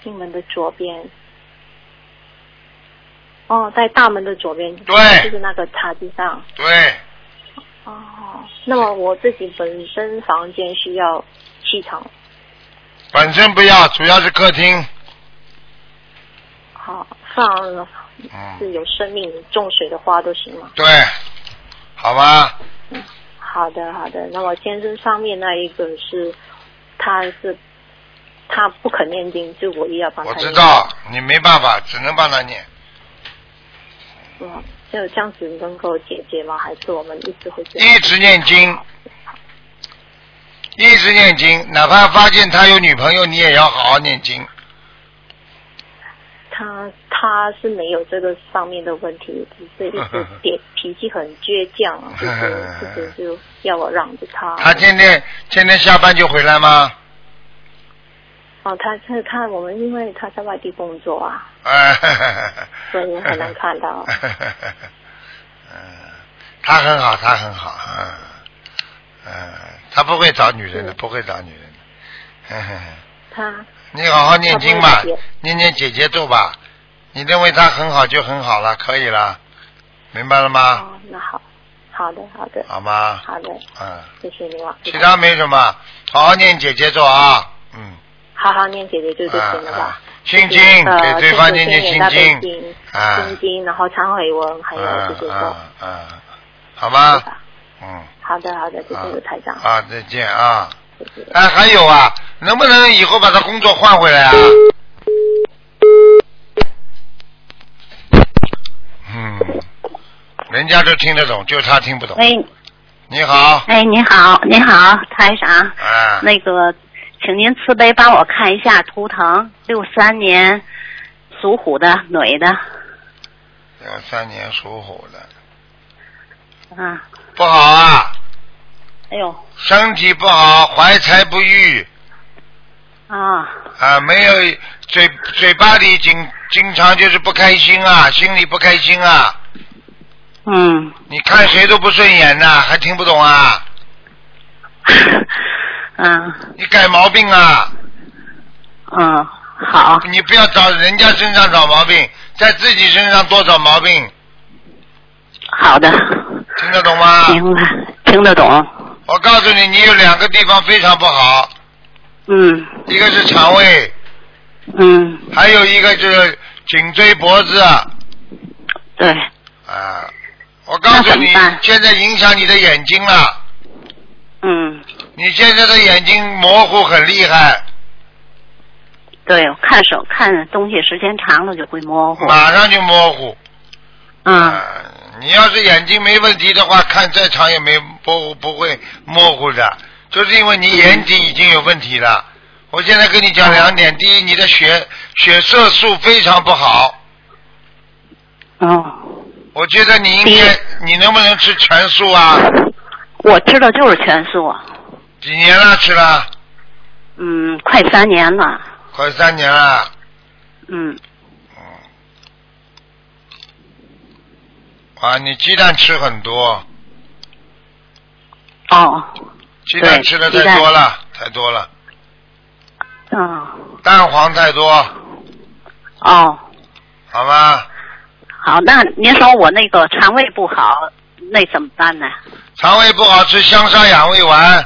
F: 进门的左边。哦，在大门的左边，
A: 对
F: 就是那个茶几上。
A: 对，
F: 哦，那么我自己本身房间需要气场，
A: 本身不要，主要是客厅。
F: 好放是
A: 嗯，
F: 有生命种水的花都行吗？
A: 对，好吧，
F: 好的，好的。那我先生上面那一个是，他是他不肯念经，就我也要帮他
A: 我
F: 念。
A: 知道你没办法，只能帮他念。
F: 嗯，就这样子能够解决吗？还是我们一直会这样？
A: 一直念经，一直念经，哪怕发现他有女朋友，你也要好好念 经。
F: 他他是没有这个方面的问题，只是一直点脾气很倔强，就是就是就要我让着他。
A: 他天天天天下班就回来吗？
F: 哦，他是看我们，因为他在外地工作啊，
A: 哎，
F: 所以很难看 到
A: 嗯，他很好，他很好，嗯，嗯，他不会找女人的，
F: 嗯
A: 不会找女人的。嘿嘿嘿
F: 他
A: 你好好念经吧
F: 好的，
A: 念念姐姐咒吧。你认为他很好就很好了，可以了，明白了吗？
F: 哦，那好，好的，哦好的，
A: 好吗？
F: 好的，
A: 嗯，
F: 谢谢你了。
A: 其他没什么，好好念姐姐咒啊。嗯，
F: 好好念姐姐就就
A: 啊
F: 行了
A: 啊
F: 吧。，
A: 心经
F: 呃，
A: 给对方念
F: 念
A: 念
F: 大悲
A: 心经，
F: 经，
A: 啊，
F: 心经，然后忏悔文，还有
A: 嗯
F: 就是说，
A: 嗯嗯，好
F: 对
A: 吗？
F: 吧
A: 嗯，
F: 好的，好的，谢
A: 啊
F: 谢台长，
A: 啊，再见啊。
F: 谢谢。
A: 哎，还有啊，能不能以后把他工作换回来啊？嗯，人家都听得懂，就他听不懂。
G: 哎
A: 你好，
G: 哎，你好，你好，台长，
A: 啊，
G: 那个，请您慈悲帮我看一下图腾，六三年属虎的女的，
A: 两呃三年属虎的，
G: 啊，
A: 不好啊，
G: 哎呦，
A: 身体不好，怀才不遇
G: 啊，
A: 啊，没有嘴嘴巴里经经常就是不开心啊，心里不开心啊，
G: 嗯，
A: 你看谁都不顺眼呐、还听不懂啊？
G: 嗯
A: 你改毛病啊！
G: 嗯，好，
A: 你不要找人家身上找毛病，在自己身上多找毛病，
G: 好的，
A: 听得懂吗？
G: 明白，听得懂，
A: 我告诉你，你有两个地方非常不好，
G: 嗯
A: 一个是肠胃，
G: 嗯，
A: 还有一个就是颈椎脖子
G: 对，
A: 啊。我告
G: 那
A: 诉
G: 怎么
A: 你
G: 办，
A: 现在影响你的眼睛了，
G: 嗯
A: 你现在的眼睛模糊很厉害，
G: 对，看手看东西时间长了就会模糊。
A: 马上就模糊。
G: 嗯，
A: 啊，你要是眼睛没问题的话，看再长也没不不会模糊的，就是因为你眼睛已经有问题了。我现在跟你
G: 哦
A: 讲两点，第一，你的血血色素非常不好，
G: 哦，
A: 我觉得你应该，你能不能吃全素啊？
G: 我吃的就是全素，
A: 几年了吃了？
G: 嗯，快三年了，
A: 快三年了。
G: 嗯，
A: 啊，你鸡蛋吃很多，
G: 哦，
A: 鸡蛋
G: 对
A: 吃的
G: 鸡
A: 太
G: 蛋
A: 多了，太多了，
G: 嗯，
A: 蛋黄太多，
G: 哦，
A: 好吗？
G: 好，那您说我那个肠胃不好，那怎么办呢？
A: 肠胃不好吃香砂养胃丸，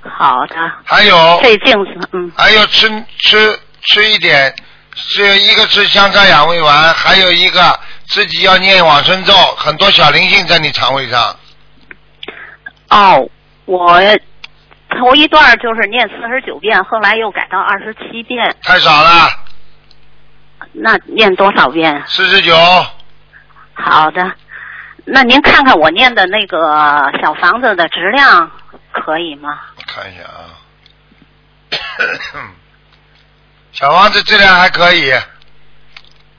G: 好的，
A: 还有
G: 费镜子，嗯，
A: 还有吃吃吃一点，是一个吃香砂养胃丸，还有一个自己要念往生咒，很多小灵性在你肠胃上。
G: 哦，我头一段就是念四十九遍，后来又改到二十七遍，
A: 太少了，
G: 那念多少遍？啊
A: 四十九，
G: 好的，那您看看我念的那个小房子的质量可以吗？
A: 看一下啊。 小王子质量还可以
G: 啊，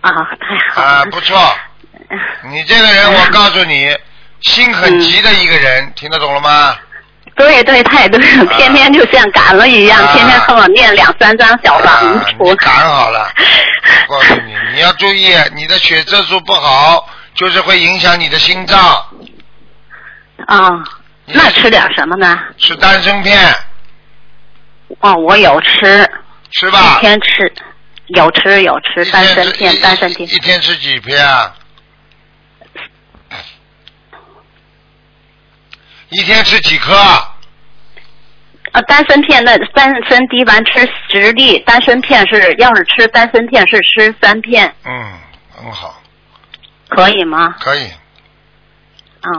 G: 太好了。嗯
A: 啊，不错。你这个人，我告诉你，心很急的一个
G: 嗯
A: 人，听得懂了吗？啊
G: 对对，太对了，天天就像赶了一样，
A: 啊
G: 天天跟我念两三张小房
A: 啊
G: 子，
A: 你赶好 了。我告诉你，你要注意，你的血色素不好，就是会影响你的心脏。
G: 啊，那吃点什么呢？
A: 吃丹参片，
G: 哦，我有吃，
A: 吃吧
G: 一。天吃，有吃有吃丹参
A: 一
G: 片，
A: 一
G: 丹参片
A: 一天吃几片 啊？一天吃几颗啊？
G: 啊，丹参片那丹参滴丸吃十粒，丹参片是要是吃丹参片是吃三片，
A: 嗯，很好，
G: 可以吗？
A: 可以。
G: 啊、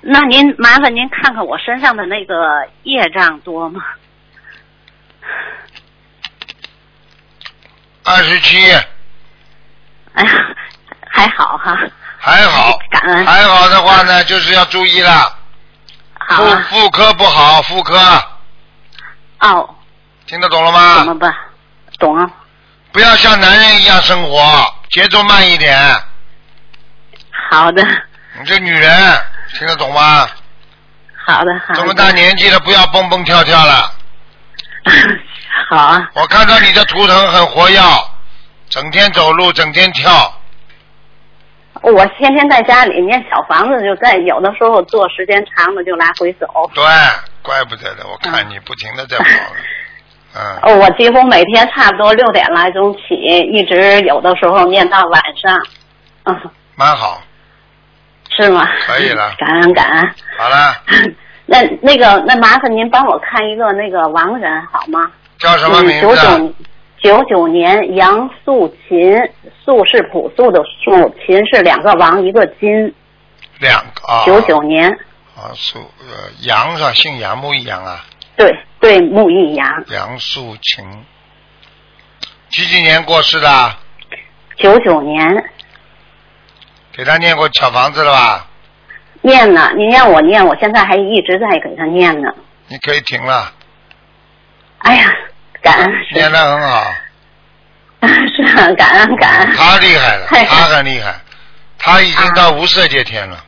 G: 那您麻烦您看看我身上的那个业障多吗？
A: 二十七，
G: 哎呀，还好哈，
A: 还好，
G: 感恩
A: 还好的话呢，就是要注意了，
G: 好
A: 妇
G: 啊
A: 妇科不好，妇科
G: 哦，
A: 听得懂了
G: 怎
A: 吗？
G: 么办？懂啊
A: 不要像男人一样生活，节奏慢一点。
G: 好的，
A: 你这女人听得懂吗？
G: 好的，好的。
A: 这么大年纪了，不要蹦蹦跳跳了。
G: 好啊，
A: 我看到你的图腾很活跃，整天走路，整天跳。
G: 我天天在家里念小房子，就在有的时候坐时间长了就来回走。
A: 对，怪不得的，我看你不停的在跑 了。嗯，
G: 哦，我几乎每天差不多六点来钟起，一直有的时候念到晚上，嗯，
A: 蛮好。
G: 是吗？
A: 可以了
G: 感恩感恩。
A: 好了，
G: 那那个，那麻烦您帮我看一个那个亡人好吗？
A: 叫什么名
H: 嗯
G: 九
A: 字啊
G: 九？嗯九九年杨素琴，素是朴素的素，琴是两个王一个金。
A: 两个啊。
G: 九九年，
A: 啊，素呃杨是吧？姓杨木一杨啊，
G: 对对，木易杨，
A: 杨素琴。几几年过世的啊？
G: 九九年
A: 给他念过小房子了吧？
G: 念呢，您让我念，我现在还一直在给他念呢。
A: 你可以停了，
G: 哎呀，感恩是
A: 念得很好。
G: 是啊感恩感恩。
A: 他厉害 了，
G: 太
A: 他很厉害，他已经到无色界天 了，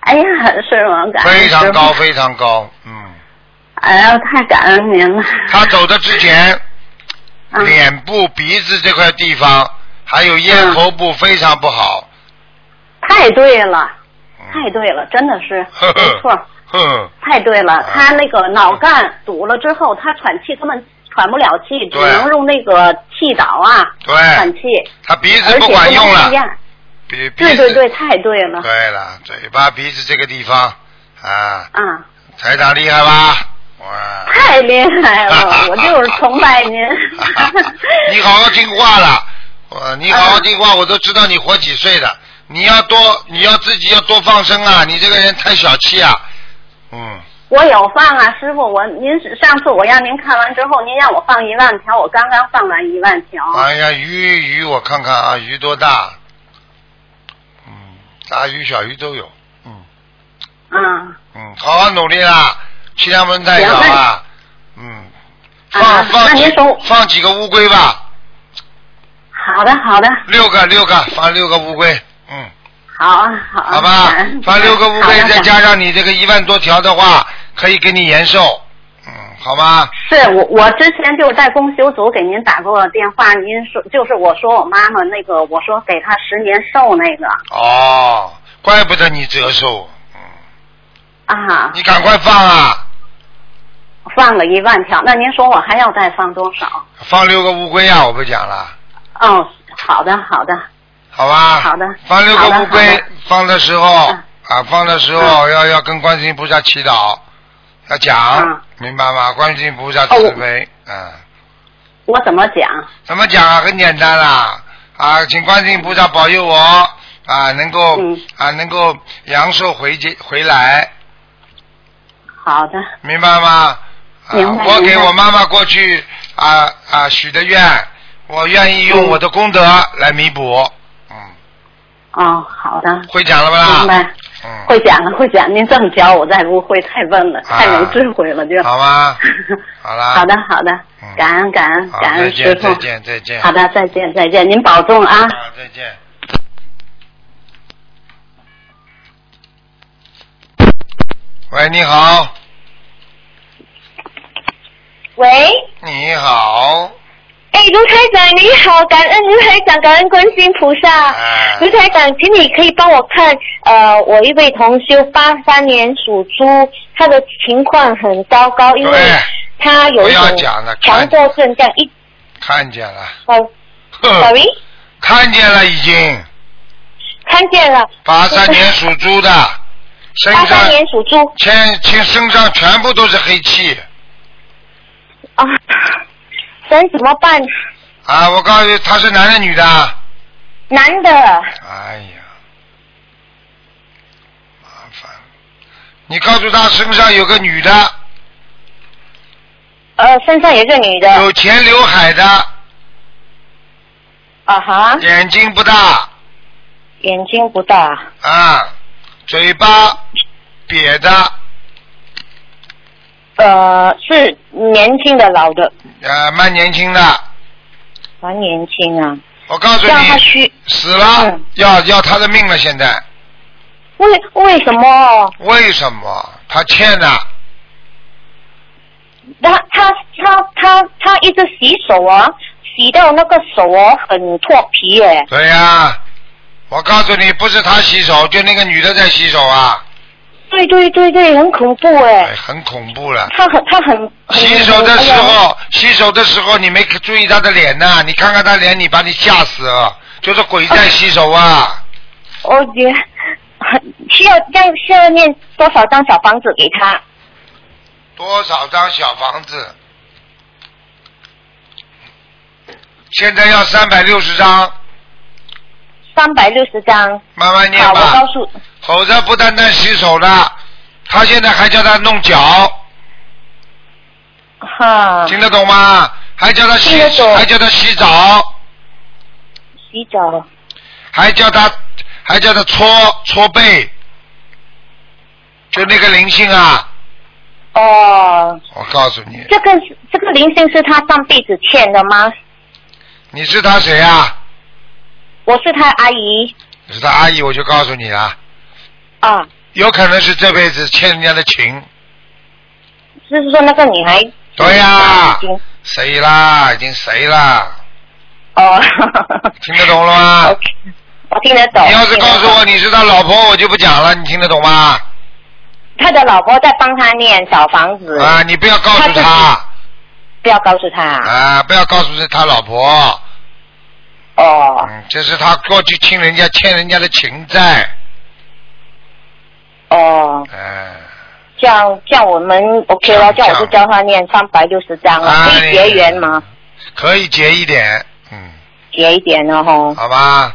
G: 哎呀，是吗？感恩
A: 非常
G: 师傅
A: 高，。非常高。嗯，
G: 哎呀，太感恩您了。
A: 他走的之前，
G: 嗯
A: 脸部、鼻子这块地方，还有咽喉部非常不好。
G: 太对了，
A: 嗯
G: 太对了，真的是
A: 呵呵
G: 没错，
A: 哼，
G: 太对了
A: 啊。
G: 他那个脑干堵了之后，他喘气根本喘不了气，只
A: 对
G: 能用那个气导啊喘
A: 对，
G: 气，
A: 他鼻
G: 而
A: 子
G: 且
A: 不管
G: 能
A: 用了
G: 吸，烟
A: 鼻鼻
G: 对对
A: 子
G: 对，太对了
A: 对了，嘴巴、鼻子这个地方啊，
G: 啊！
A: 台长厉害 吧？哇！，。
G: 太厉害了我就是崇拜您
A: 你好好听话了，我你好好听话，我都知道你活几岁了。你要多，你要自己要多放生啊！你这个人太小气啊。嗯，
I: 我有放啊，师傅，我您是上次我让您看完之后，您让我放一万条，我刚刚放完一万条。
A: 哎呀，鱼鱼，我看看啊，鱼多大？嗯，大鱼小鱼都有。嗯
I: 嗯，
A: 嗯，好好努力啦，气量不能太小啊。嗯，放、
I: 啊
A: 放
I: 那
A: 几
I: 您手
A: 放几个乌龟吧，
I: 好的好的，
A: 六个六个，放六个乌龟。嗯，
I: 好啊好啊。
A: 好吧
I: 感
G: 嗯
I: 恩，
A: 放六个乌龟，
I: 好的
A: 再
I: 感
A: 加上你这个一万多条的话，可以给你延寿。嗯，好吗？
I: 是我，我之前就是在公修组给您打过电话，您说就是我说我妈妈那个，我说给她十年寿那个
A: 哦，怪不得你折寿。嗯，
I: 啊，
A: 你赶快放啊，
I: 放了一万条，那您说我还要再放多少？
A: 放六个乌龟呀、我不讲了。
I: 哦，好的好的，
A: 好吧，
I: 好的
A: 放六
I: 好的
A: 个乌
I: 好
A: 龟
I: 的，
A: 放的时候、
I: 嗯
A: 啊，放的时候、要要跟观世音菩萨祈祷，要讲，
I: 嗯
A: 明白吗？观世音菩萨
I: 哦
A: 慈
I: 我
A: 悲，嗯，
I: 我怎么讲？
A: 怎么讲啊？很简单啦，啊，请观世音菩萨保佑我啊，能够、
I: 嗯
A: 啊能够阳寿回接回来，
I: 好的，
A: 明白吗？啊
I: 明白，
A: 我
I: 明
A: 给
I: 白
A: 我妈妈过去啊啊许的愿，我愿意用
I: 嗯
A: 我的功德来弥补，嗯，
I: 哦，好的，
A: 会讲了吧？
I: 明白，
A: 嗯，啊
I: 会讲了会讲，您这么教我再不会太笨了，太没智慧了 就。
A: 好吗？好啦，
I: 好的好的
A: 嗯，
I: 感恩感恩
A: 好，
I: 感
A: 再
I: 恩师
A: 见，
I: 傅
A: 再。见，再见。
I: 好，的，再见再见，您保重啊。
A: 啊，再见。喂，你好，
J: 喂，
A: 你好，
J: 哎，卢台长你好，感恩卢台长，感恩观世音菩萨。
A: 哎
J: 卢，台长，请你可以帮我看，呃，我一位同修八三年属猪，他的情况很糟糕，因为
A: 对
J: 他有
A: 不
J: 一
A: 要
J: 种
A: 讲了看
J: 强迫症，这样一
A: 看见了，
J: 呃
A: 哼，
J: ，sorry，
A: 看见了已经，
J: 看见了，
A: 八三年属 猪 的，身
J: 八
A: 上
J: 三年属猪
A: 全全身上全部都是黑气
J: 啊，神怎么办？
A: 啊！我告诉你，他是男的女的？
J: 男的，
A: 哎呀，麻烦了！你告诉他身上有个女的，
J: 呃，身上有一个女的，
A: 有前刘海的，
J: 啊哈，
A: 眼睛不大
J: 眼睛不大，
A: 啊，嘴巴瘪的，
J: 呃，是年轻的老的，
A: 呃，蛮年轻的。
J: 蛮年轻啊。
A: 我告诉
J: 让他
A: 你，
J: 去，
A: 死了、
J: 嗯
A: 要要他的命了。现在
J: 为为什么？
A: 为什么他欠的？
J: 他他他他他一直洗手啊，洗到那个手哦很脱皮耶。
A: 对呀、我告诉你，不是他洗手，就那个女的在洗手啊，
J: 对对对对，很恐怖
A: 哎，
J: 哎。
A: 很恐怖了。
J: 他很他很很
A: 洗手的时
J: 哎呀
A: 候，洗手的时候你没注意他的脸呐、你看看他脸，你把你吓死了，就是鬼在洗手啊！
J: 我觉得很需要要需要念多少张小房子给他？
A: 多少张小房子？现在要三百六十张，
J: 三百六十张。
A: 慢慢念
J: 好，我
A: 吧
J: 告，诉
A: 否则不单单洗手了，他现在还叫他弄脚，
J: 哈，
A: 听得懂吗？还叫他洗
J: 听得，懂
A: 还叫他洗澡，
J: 洗澡
A: 还叫他，还叫他搓搓背，就那个灵性啊，
J: 哦。
A: 我告诉你，
J: 这个这个灵性是他上辈子欠的吗？
A: 你是他谁啊？
J: 我是他阿姨
A: 你是他阿姨，我就告诉你了，
J: 啊。
A: 有可能是这辈子欠人家的情。
J: 就是说那个女孩。
A: 对呀、
J: 已经
A: 谁啦？已经谁啦？
J: 哦。
A: 听得懂了吗
J: OK，我听得懂。
A: 你要是
J: 听得
A: 告
J: 懂
A: 诉我你是他老婆，我就不讲了，你听得懂吗？
J: 他的老婆在帮他念小房子，
A: 啊，你不要告诉他
J: 不要告诉他。
A: 啊，不要告诉他老婆，
J: 哦
A: 嗯，这是他过去欠人家欠人家的情债，
J: 哦，
A: 嗯、
J: 这样这样我们 OK 了，这样我就教他念三百六十章了，
A: 哎
J: 可以结缘吗？
A: 可以结一点，嗯，
J: 结一点了吼。
A: 好吧。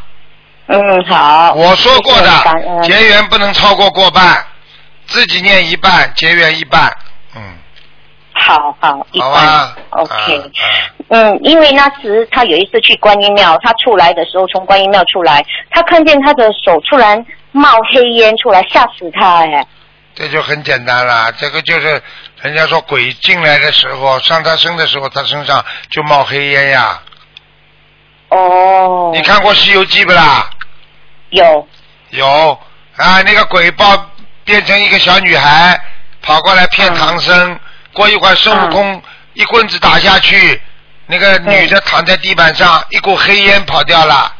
J: 嗯，好。嗯
A: 我说过
J: 谢谢感
A: 的，
J: 恩
A: 结缘不能超过过半，自己念一半，结缘一半，嗯，
J: 好好，一
A: 好
J: 般
A: 吧。
J: OK
A: 啊啊
J: 嗯，因为那时他有一次去观音庙，他出来的时候从观音庙出来，他看见他的手突然冒黑烟出来，吓死他哎！
A: 这就很简单了，这个就是人家说鬼进来的时候，上他身的时候，他身上就冒黑烟呀。
J: 哦，
A: 你看过《西游记》不啦？
J: 有
A: 有啊，那个鬼豹变成一个小女孩，跑过来骗唐僧。
J: 嗯
A: 过一会儿，孙悟空一棍子打下去，那个女的躺在地板上，一股黑烟跑掉了。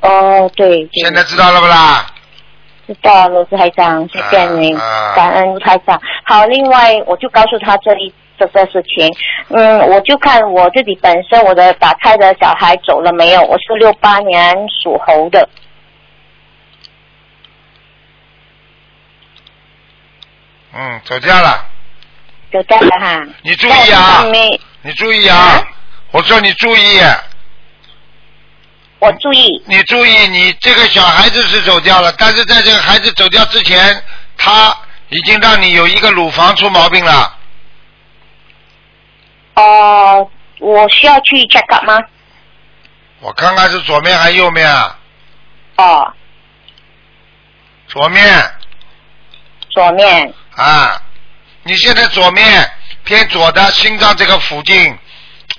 J: 哦，对，对
A: 现在知道了不啦？
J: 知道了，卢台长，谢谢您，
A: 啊啊
J: 感恩卢台长。好，另外我就告诉他这一这个事情，嗯，我就看我自己本身我的打胎的小孩走了没有？我是六八年属猴的，
A: 嗯，走掉了。
J: 有带了哈。
A: 你注意啊
J: 在我身边
A: 你注意啊
J: 啊！
A: 我说你注意，
J: 我注意
A: 你注意，你这个小孩子是走掉了，但是在这个孩子走掉之前，他已经让你有一个乳房出毛病了。
J: 哦、我需要去 check up 吗？
A: 我看看是左面还是右面啊？
J: 哦，
A: 左面
J: 左面
A: 啊，你现在左面偏左的心脏这个附近，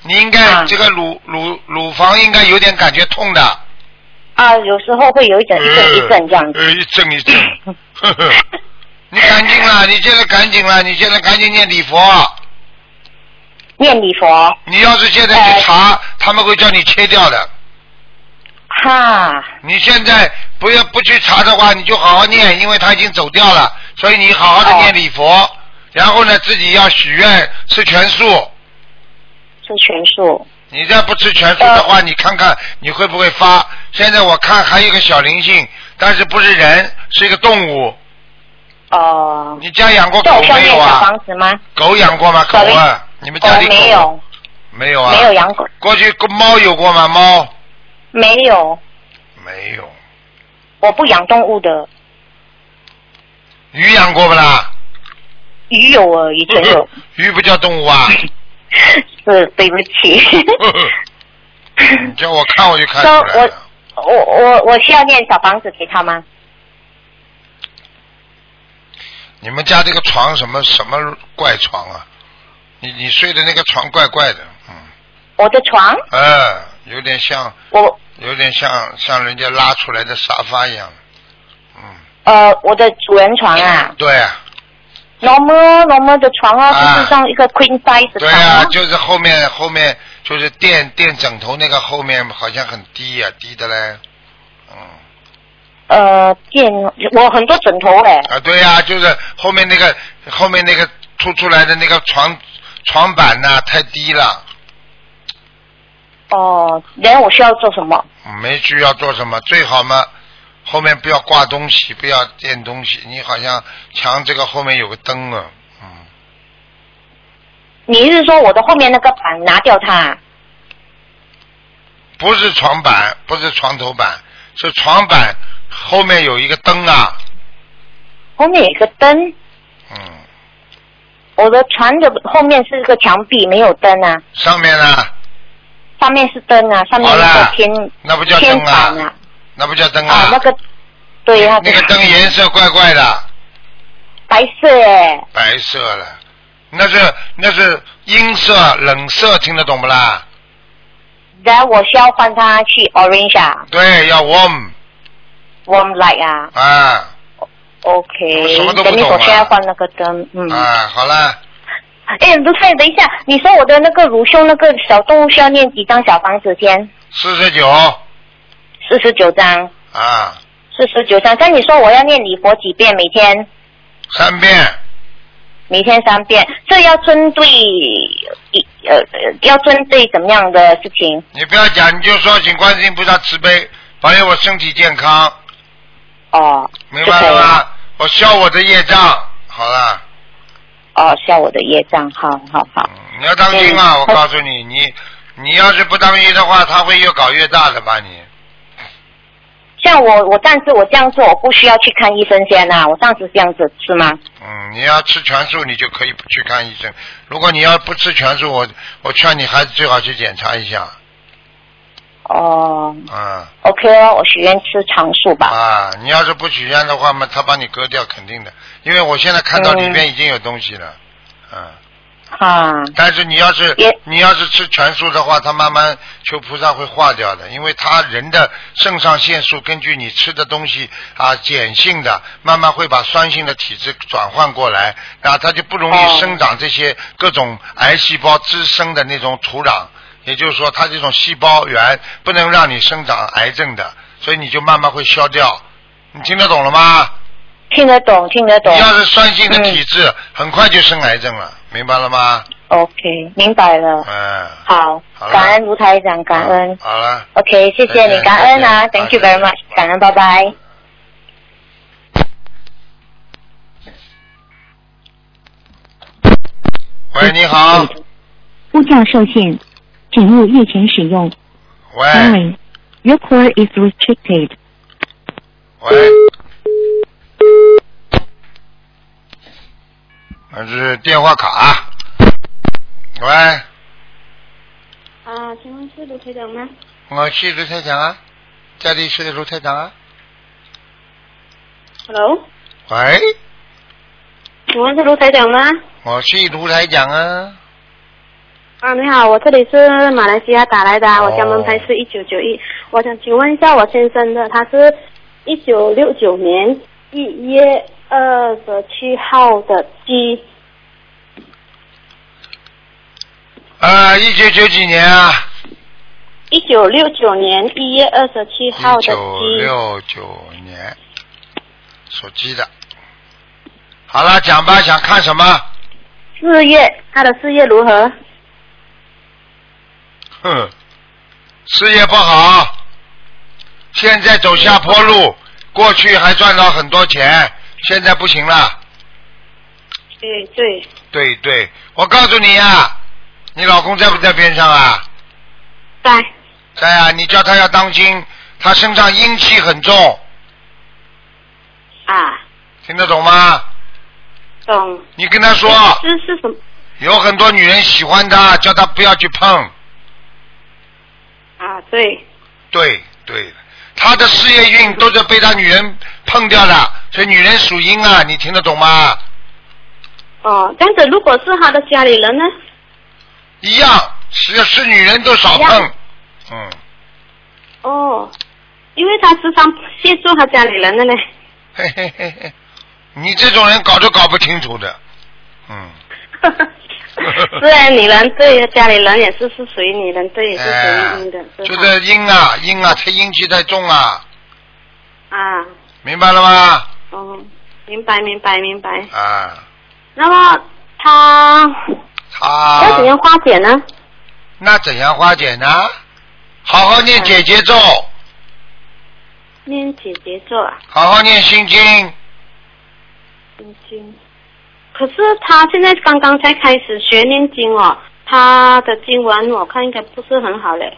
A: 你应该、
J: 啊
A: 这个乳乳乳房应该有点感觉痛的。
J: 啊，有时候会有一点一阵一阵这样子。
A: 呃，一阵 一阵。呵呵， 你赶紧啦！你现在赶紧啦！你现在赶紧念礼佛。啊
J: 念礼佛，呃
A: 你要是现在去查，他们会叫你切掉的。
J: 哈，
A: 你现在不要不去查的话，你就好好念，因为他已经走掉了，所以你好好的
J: 哦
A: 念礼佛，然后呢自己要许愿吃全素。
J: 是全素。呃
A: 你再不吃全素的话，你看看你会不会发？现在我看还有一个小灵性，但是不是人，是一个动物。
J: 哦、
A: 嗯你家养过
J: 这
A: 狗
J: 我需要
A: 没
J: 念
A: 有
J: 小
A: 啊？
J: 房子吗？
A: 狗养过吗？狗
J: 小
A: 啊，你们家里
J: 哦
A: 狗
J: 没有，
A: 没有啊？
J: 哦没有。养狗，
A: 过去狗猫有过吗？猫
J: 没有，
A: 没有。
J: 我不养动物的，
A: 鱼养过不啦？
J: 鱼有而已，纯有。
A: 鱼不叫动物 啊！
J: 是对不起。
A: 呵呵你叫我看我就 看出
J: So，
A: 来了。
J: 我我我需要念小房子给他吗？
A: 你们家这个床什么什么怪床啊？你你睡的那个床怪怪的，嗯，
J: 我的床，
A: 呃，有点像，
J: 我
A: 有点像像人家拉出来的沙发一样，嗯，
J: 呃我的主人床啊
A: 对啊，
J: ，normal normal 的床啊，
A: 啊
J: 就是像一个 queen size 的
A: 对
J: 床
A: 啊，就是后面后面就是垫垫枕头那个后面好像很低呀、低的嘞，嗯。
J: 呃，垫我很多枕头嘞，
A: 啊，对呀、就是后面那个后面那个凸出来的那个床床板呐、太低了，
J: 哦，然后我需要做什么？
A: 没需要做什么，最好嘛，后面不要挂东西，不要垫东西。你好像墙这个后面有个灯啊，嗯，
J: 你是说我的后面那个板拿掉它啊？
A: 不是床板，不是床头板，是床板后面有一个灯啊，
J: 后面有一个灯，
A: 嗯，
J: 我的床的后面是一个墙壁，没有灯啊。
A: 上面呢、
J: 上面是灯啊，上面有一
A: 好啦
J: 个天
A: 那不叫
J: 天
A: 灯啊
J: 板啊，
A: 那不叫灯
J: 啊那个对啊，
A: 那个灯颜色怪怪的。
J: 白色哎，
A: 白色了，那是那是阴色冷色，听得懂不啦？
J: 然后我需要换它去 orange 啊
A: 对，要 warm
J: ，warm light 啊
A: 啊、
J: ，OK，
A: 什么都不
J: 等你
A: 懂啊
J: 我需要换那个灯，嗯，
A: 啊，好了，
J: 哎，卢太，等一下，你说我的那个乳胸那个小动物需要念几张小房子先？
A: 四十九
J: 四十九张，
A: 啊，
J: 四十九张。但你说我要念礼佛几遍每天？
A: 三遍，
J: 每天三遍，这要针对一呃呃要针对怎么样的事情？
A: 你不要讲，你就说请观世音菩萨慈悲，保佑我身体健康，
J: 哦，
A: 明白
J: 就可
A: 了
J: 以
A: 吗
J: 了？
A: 我消我的业障，好了，
J: 哦，消我的业障，好好好。
A: 嗯你要当心啊！
J: 嗯
A: 我告诉你，你你要是不当心的话，他会越搞越大的，把你
J: 像我，我暂时我这样做，我不需要去看医生先啊，我暂时这样子是吗？
A: 嗯，你要吃全素，你就可以不去看医生。如果你要不吃全素，我我劝你还是最好去检查一下。
J: 哦
A: 啊
J: ，OK 哦，我许愿吃长素吧。
A: 啊，你要是不许愿的话嘛，他把你割掉肯定的，因为我现在看到里面已经有东西了。嗯。
J: 啊，
A: 但是你要是你要是吃全素的话，它慢慢求菩萨会化掉的，因为它人的肾上腺素根据你吃的东西啊碱性的，慢慢会把酸性的体质转换过来，然后它就不容易生长这些各种癌细胞滋生的那种土壤，也就是说它这种细胞源不能让你生长癌症的，所以你就慢慢会消掉。你听得懂了吗？
J: 听得懂，听得懂。
A: 你要是酸性的
J: 嗯
A: 体质，很快就生癌症了，明白了吗？
J: 嗯 OK，明白了。
A: 嗯，
J: 好，
A: 好了
J: 感恩卢台长，感恩。
A: 好了。
J: OK，谢谢
A: 再见
J: 你，感恩啊
A: 再见
J: ，Thank you very much，感恩，拜拜。
A: 喂，你好，
H: 呼叫受限，请勿夜间使用。
A: 喂，
H: Sorry, your call is restricted.
A: 喂，那是电话卡。啊喂，
K: 啊，请问是卢台长吗？
A: 我是卢台长啊，家里是卢台长啊。
K: Hello，
A: 喂，
K: 请问是卢台长吗？
A: 我是卢台长啊。
K: 啊，你好，我这里是马来西亚打来的，
A: 哦
K: 我家门牌是一九九一，我想请问一下我先生的，他是一九六九年一月二十七号的鸡，
A: 呃，一九九几年啊？
K: 一九六九年一月二十七号
A: 一
K: 的
A: 九
K: 鸡，
A: 六九年，属鸡的。好了，讲吧，想看什么？
K: 事业他的事业如何？
A: 哼，嗯事业不好，现在走下坡路。过去还赚到很多钱，现在不行了。
K: 对对，
A: 对对，我告诉你呀、你老公在不在边上啊？
K: 在
A: 在啊，你叫他要当心，他身上阴气很重，
K: 啊，
A: 听得懂吗？
K: 懂。
A: 你跟他说，
K: 是是什么？
A: 有很多女人喜欢他，叫他不要去碰。
K: 啊，对，
A: 对对的，他的事业运都是被他女人碰掉的，所以女人属阴啊，你听得懂吗？
K: 哦，这样子，如果是他的家里人呢？
A: 一样，是是女人都少
K: 一样
A: 碰。嗯，
K: 哦，因为他时常协助他家里人的呢。
A: 嘿嘿嘿嘿，你这种人搞都搞不清楚的。 嗯，
K: 虽然女人对家里人也是是属于女人对，也是
A: 哎
K: 属于阴的，吧
A: 就是阴啊阴啊，他阴气太重啊，
K: 啊，
A: 明白了吗？
K: 哦，明白明白明白。
A: 啊，
K: 那么他要怎
A: 他
K: 样化解呢？
A: 那怎样化解呢？好好念姐姐咒，
K: 念姐姐咒啊，
A: 好好念心经。
K: 念经。可是他现在刚刚才开始学念经哦，他的经文我看应该不是很好嘞。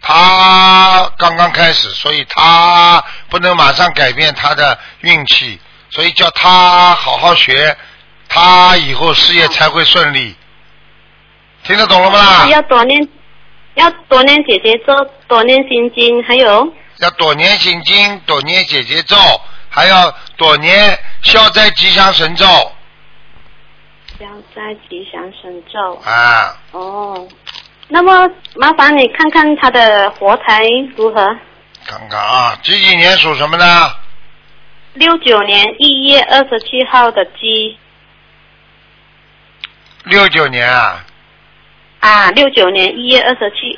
A: 他刚刚开始，所以他不能马上改变他的运气，所以叫他好好学，他以后事业才会顺利。听得懂了吗
K: 就是
A: 啦？
K: 要多念，要多念姐姐咒，多念心经，还有
A: 要多念心经，多念姐姐咒，还要多念消灾吉祥神咒
K: 消灾吉祥神咒。
A: 啊！
K: 哦，那么麻烦你看看他的活台如何？
A: 看看啊，几几年属什么呢？
K: 六九年一月二十七号的鸡
A: 六九年啊，
K: 啊，六九年一月二十七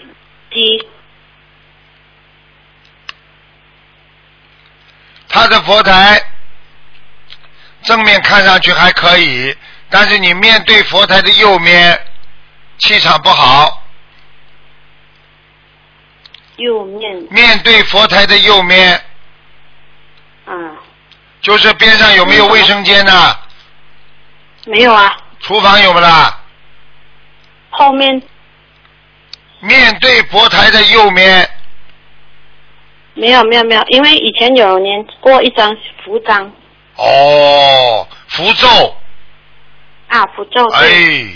K: 鸡
A: 他的佛台正面看上去还可以，但是你面对佛台的右面，气场不好。
K: 右面
A: 面对佛台的右面，
K: 啊，
A: 就是边上有没有卫生间呐、
K: 没有啊，
A: 厨房有没啦？
K: 后面
A: 面对佛台的右面，
K: 没有没有没有，因为以前有年过一张符章
A: 哦，符咒，
K: 啊，符咒，对，
A: 哎，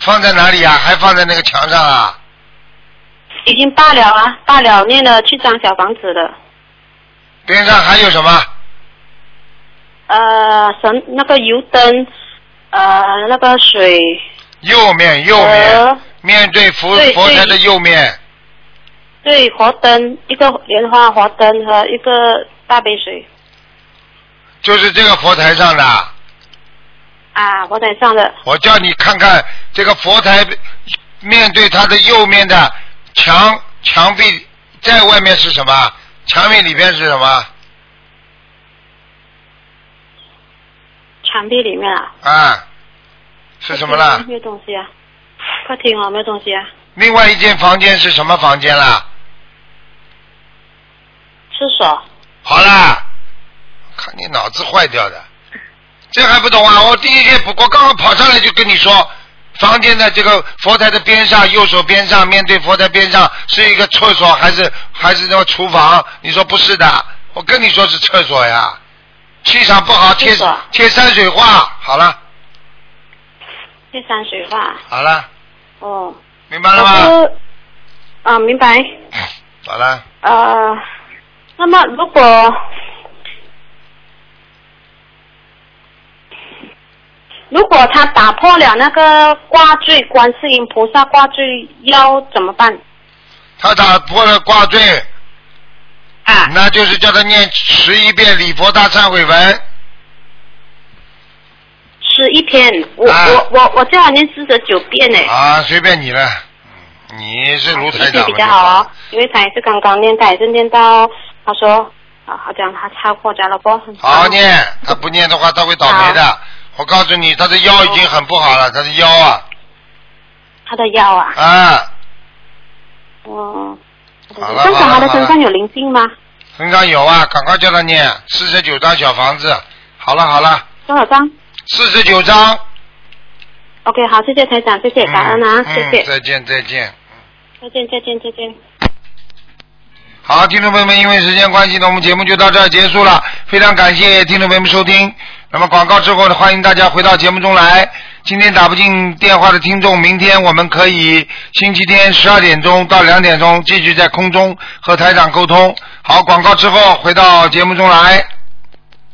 A: 放在哪里呀、还放在那个墙上啊？
K: 已经罢了啊，罢了，念了七张小房子了。
A: 边上还有什么？
K: 呃，神那个油灯，呃，那个水，
A: 右面，右面，面对佛
K: 呃对
A: 佛台
K: 对
A: 的右面，
K: 对，华灯，一个莲花华灯和一个大杯水
A: 就是这个佛台上的。
K: 啊，佛台上的
A: 我叫你看看这个佛台面对它的右面的墙墙壁在外面是什么？墙壁里边是什么？
K: 墙壁里面啊。
A: 啊，是什么啦？
K: 没有东西啊，客厅哦，没有东西啊，
A: 另外一间房间是什么房间啦？
K: 厕所。
A: 好啦，看你脑子坏掉的，这还不 懂啊？我第一天不过刚刚跑上来就跟你说，房间的这个佛台的边上，右手边上，面对佛台边上是一个厕所还是还是那个厨房？你说不是的，我跟你说是厕所呀，气场不好贴
K: 厕所
A: 贴山水画，好了
K: 这山水画
A: 好了，
K: 哦。
A: 明白了吗？
K: 老师啊，明白。
A: 好了，
K: 呃，那么如果如果他打破了那个挂坠，观世音菩萨挂坠要怎么办？
A: 他打破了挂坠，啊，那就是叫他念十一遍礼佛大忏悔文。
K: 十一天，我、我我我最好念四十九遍呢，
A: 啊，随便你了，嗯你是卢
K: 一
A: 台
K: 遍
A: 长
K: 比
A: 嘛
K: 较好哦，因为他也是刚刚念，他也是念到他说啊，好像他超过家了不？
A: 好好念，他不念的话他会倒霉的。我告诉你，他的腰已经很不好了，他的腰啊
K: 他的腰啊，
A: 啊，
K: 哦，
A: 好了
K: 那小
A: 好了
K: 孩的
A: 好
K: 身
A: 了
K: 上，有灵性吗？
A: 身上有啊，赶快叫他念四十九张小房子。好了好了，
K: 多少张
A: 四十九张，
K: ？OK，好，谢谢台长，谢谢，感恩啊，谢谢
A: 嗯，，再见再见。
K: 再见，再见，再见。
A: 好，听众朋友们，因为时间关系呢，我们节目就到这儿结束了。非常感谢听众朋友们收听。那么广告之后呢，欢迎大家回到节目中来。今天打不进电话的听众，明天我们可以星期天十二点钟到两点钟继续在空中和台长沟通。好，广告之后回到节目中来。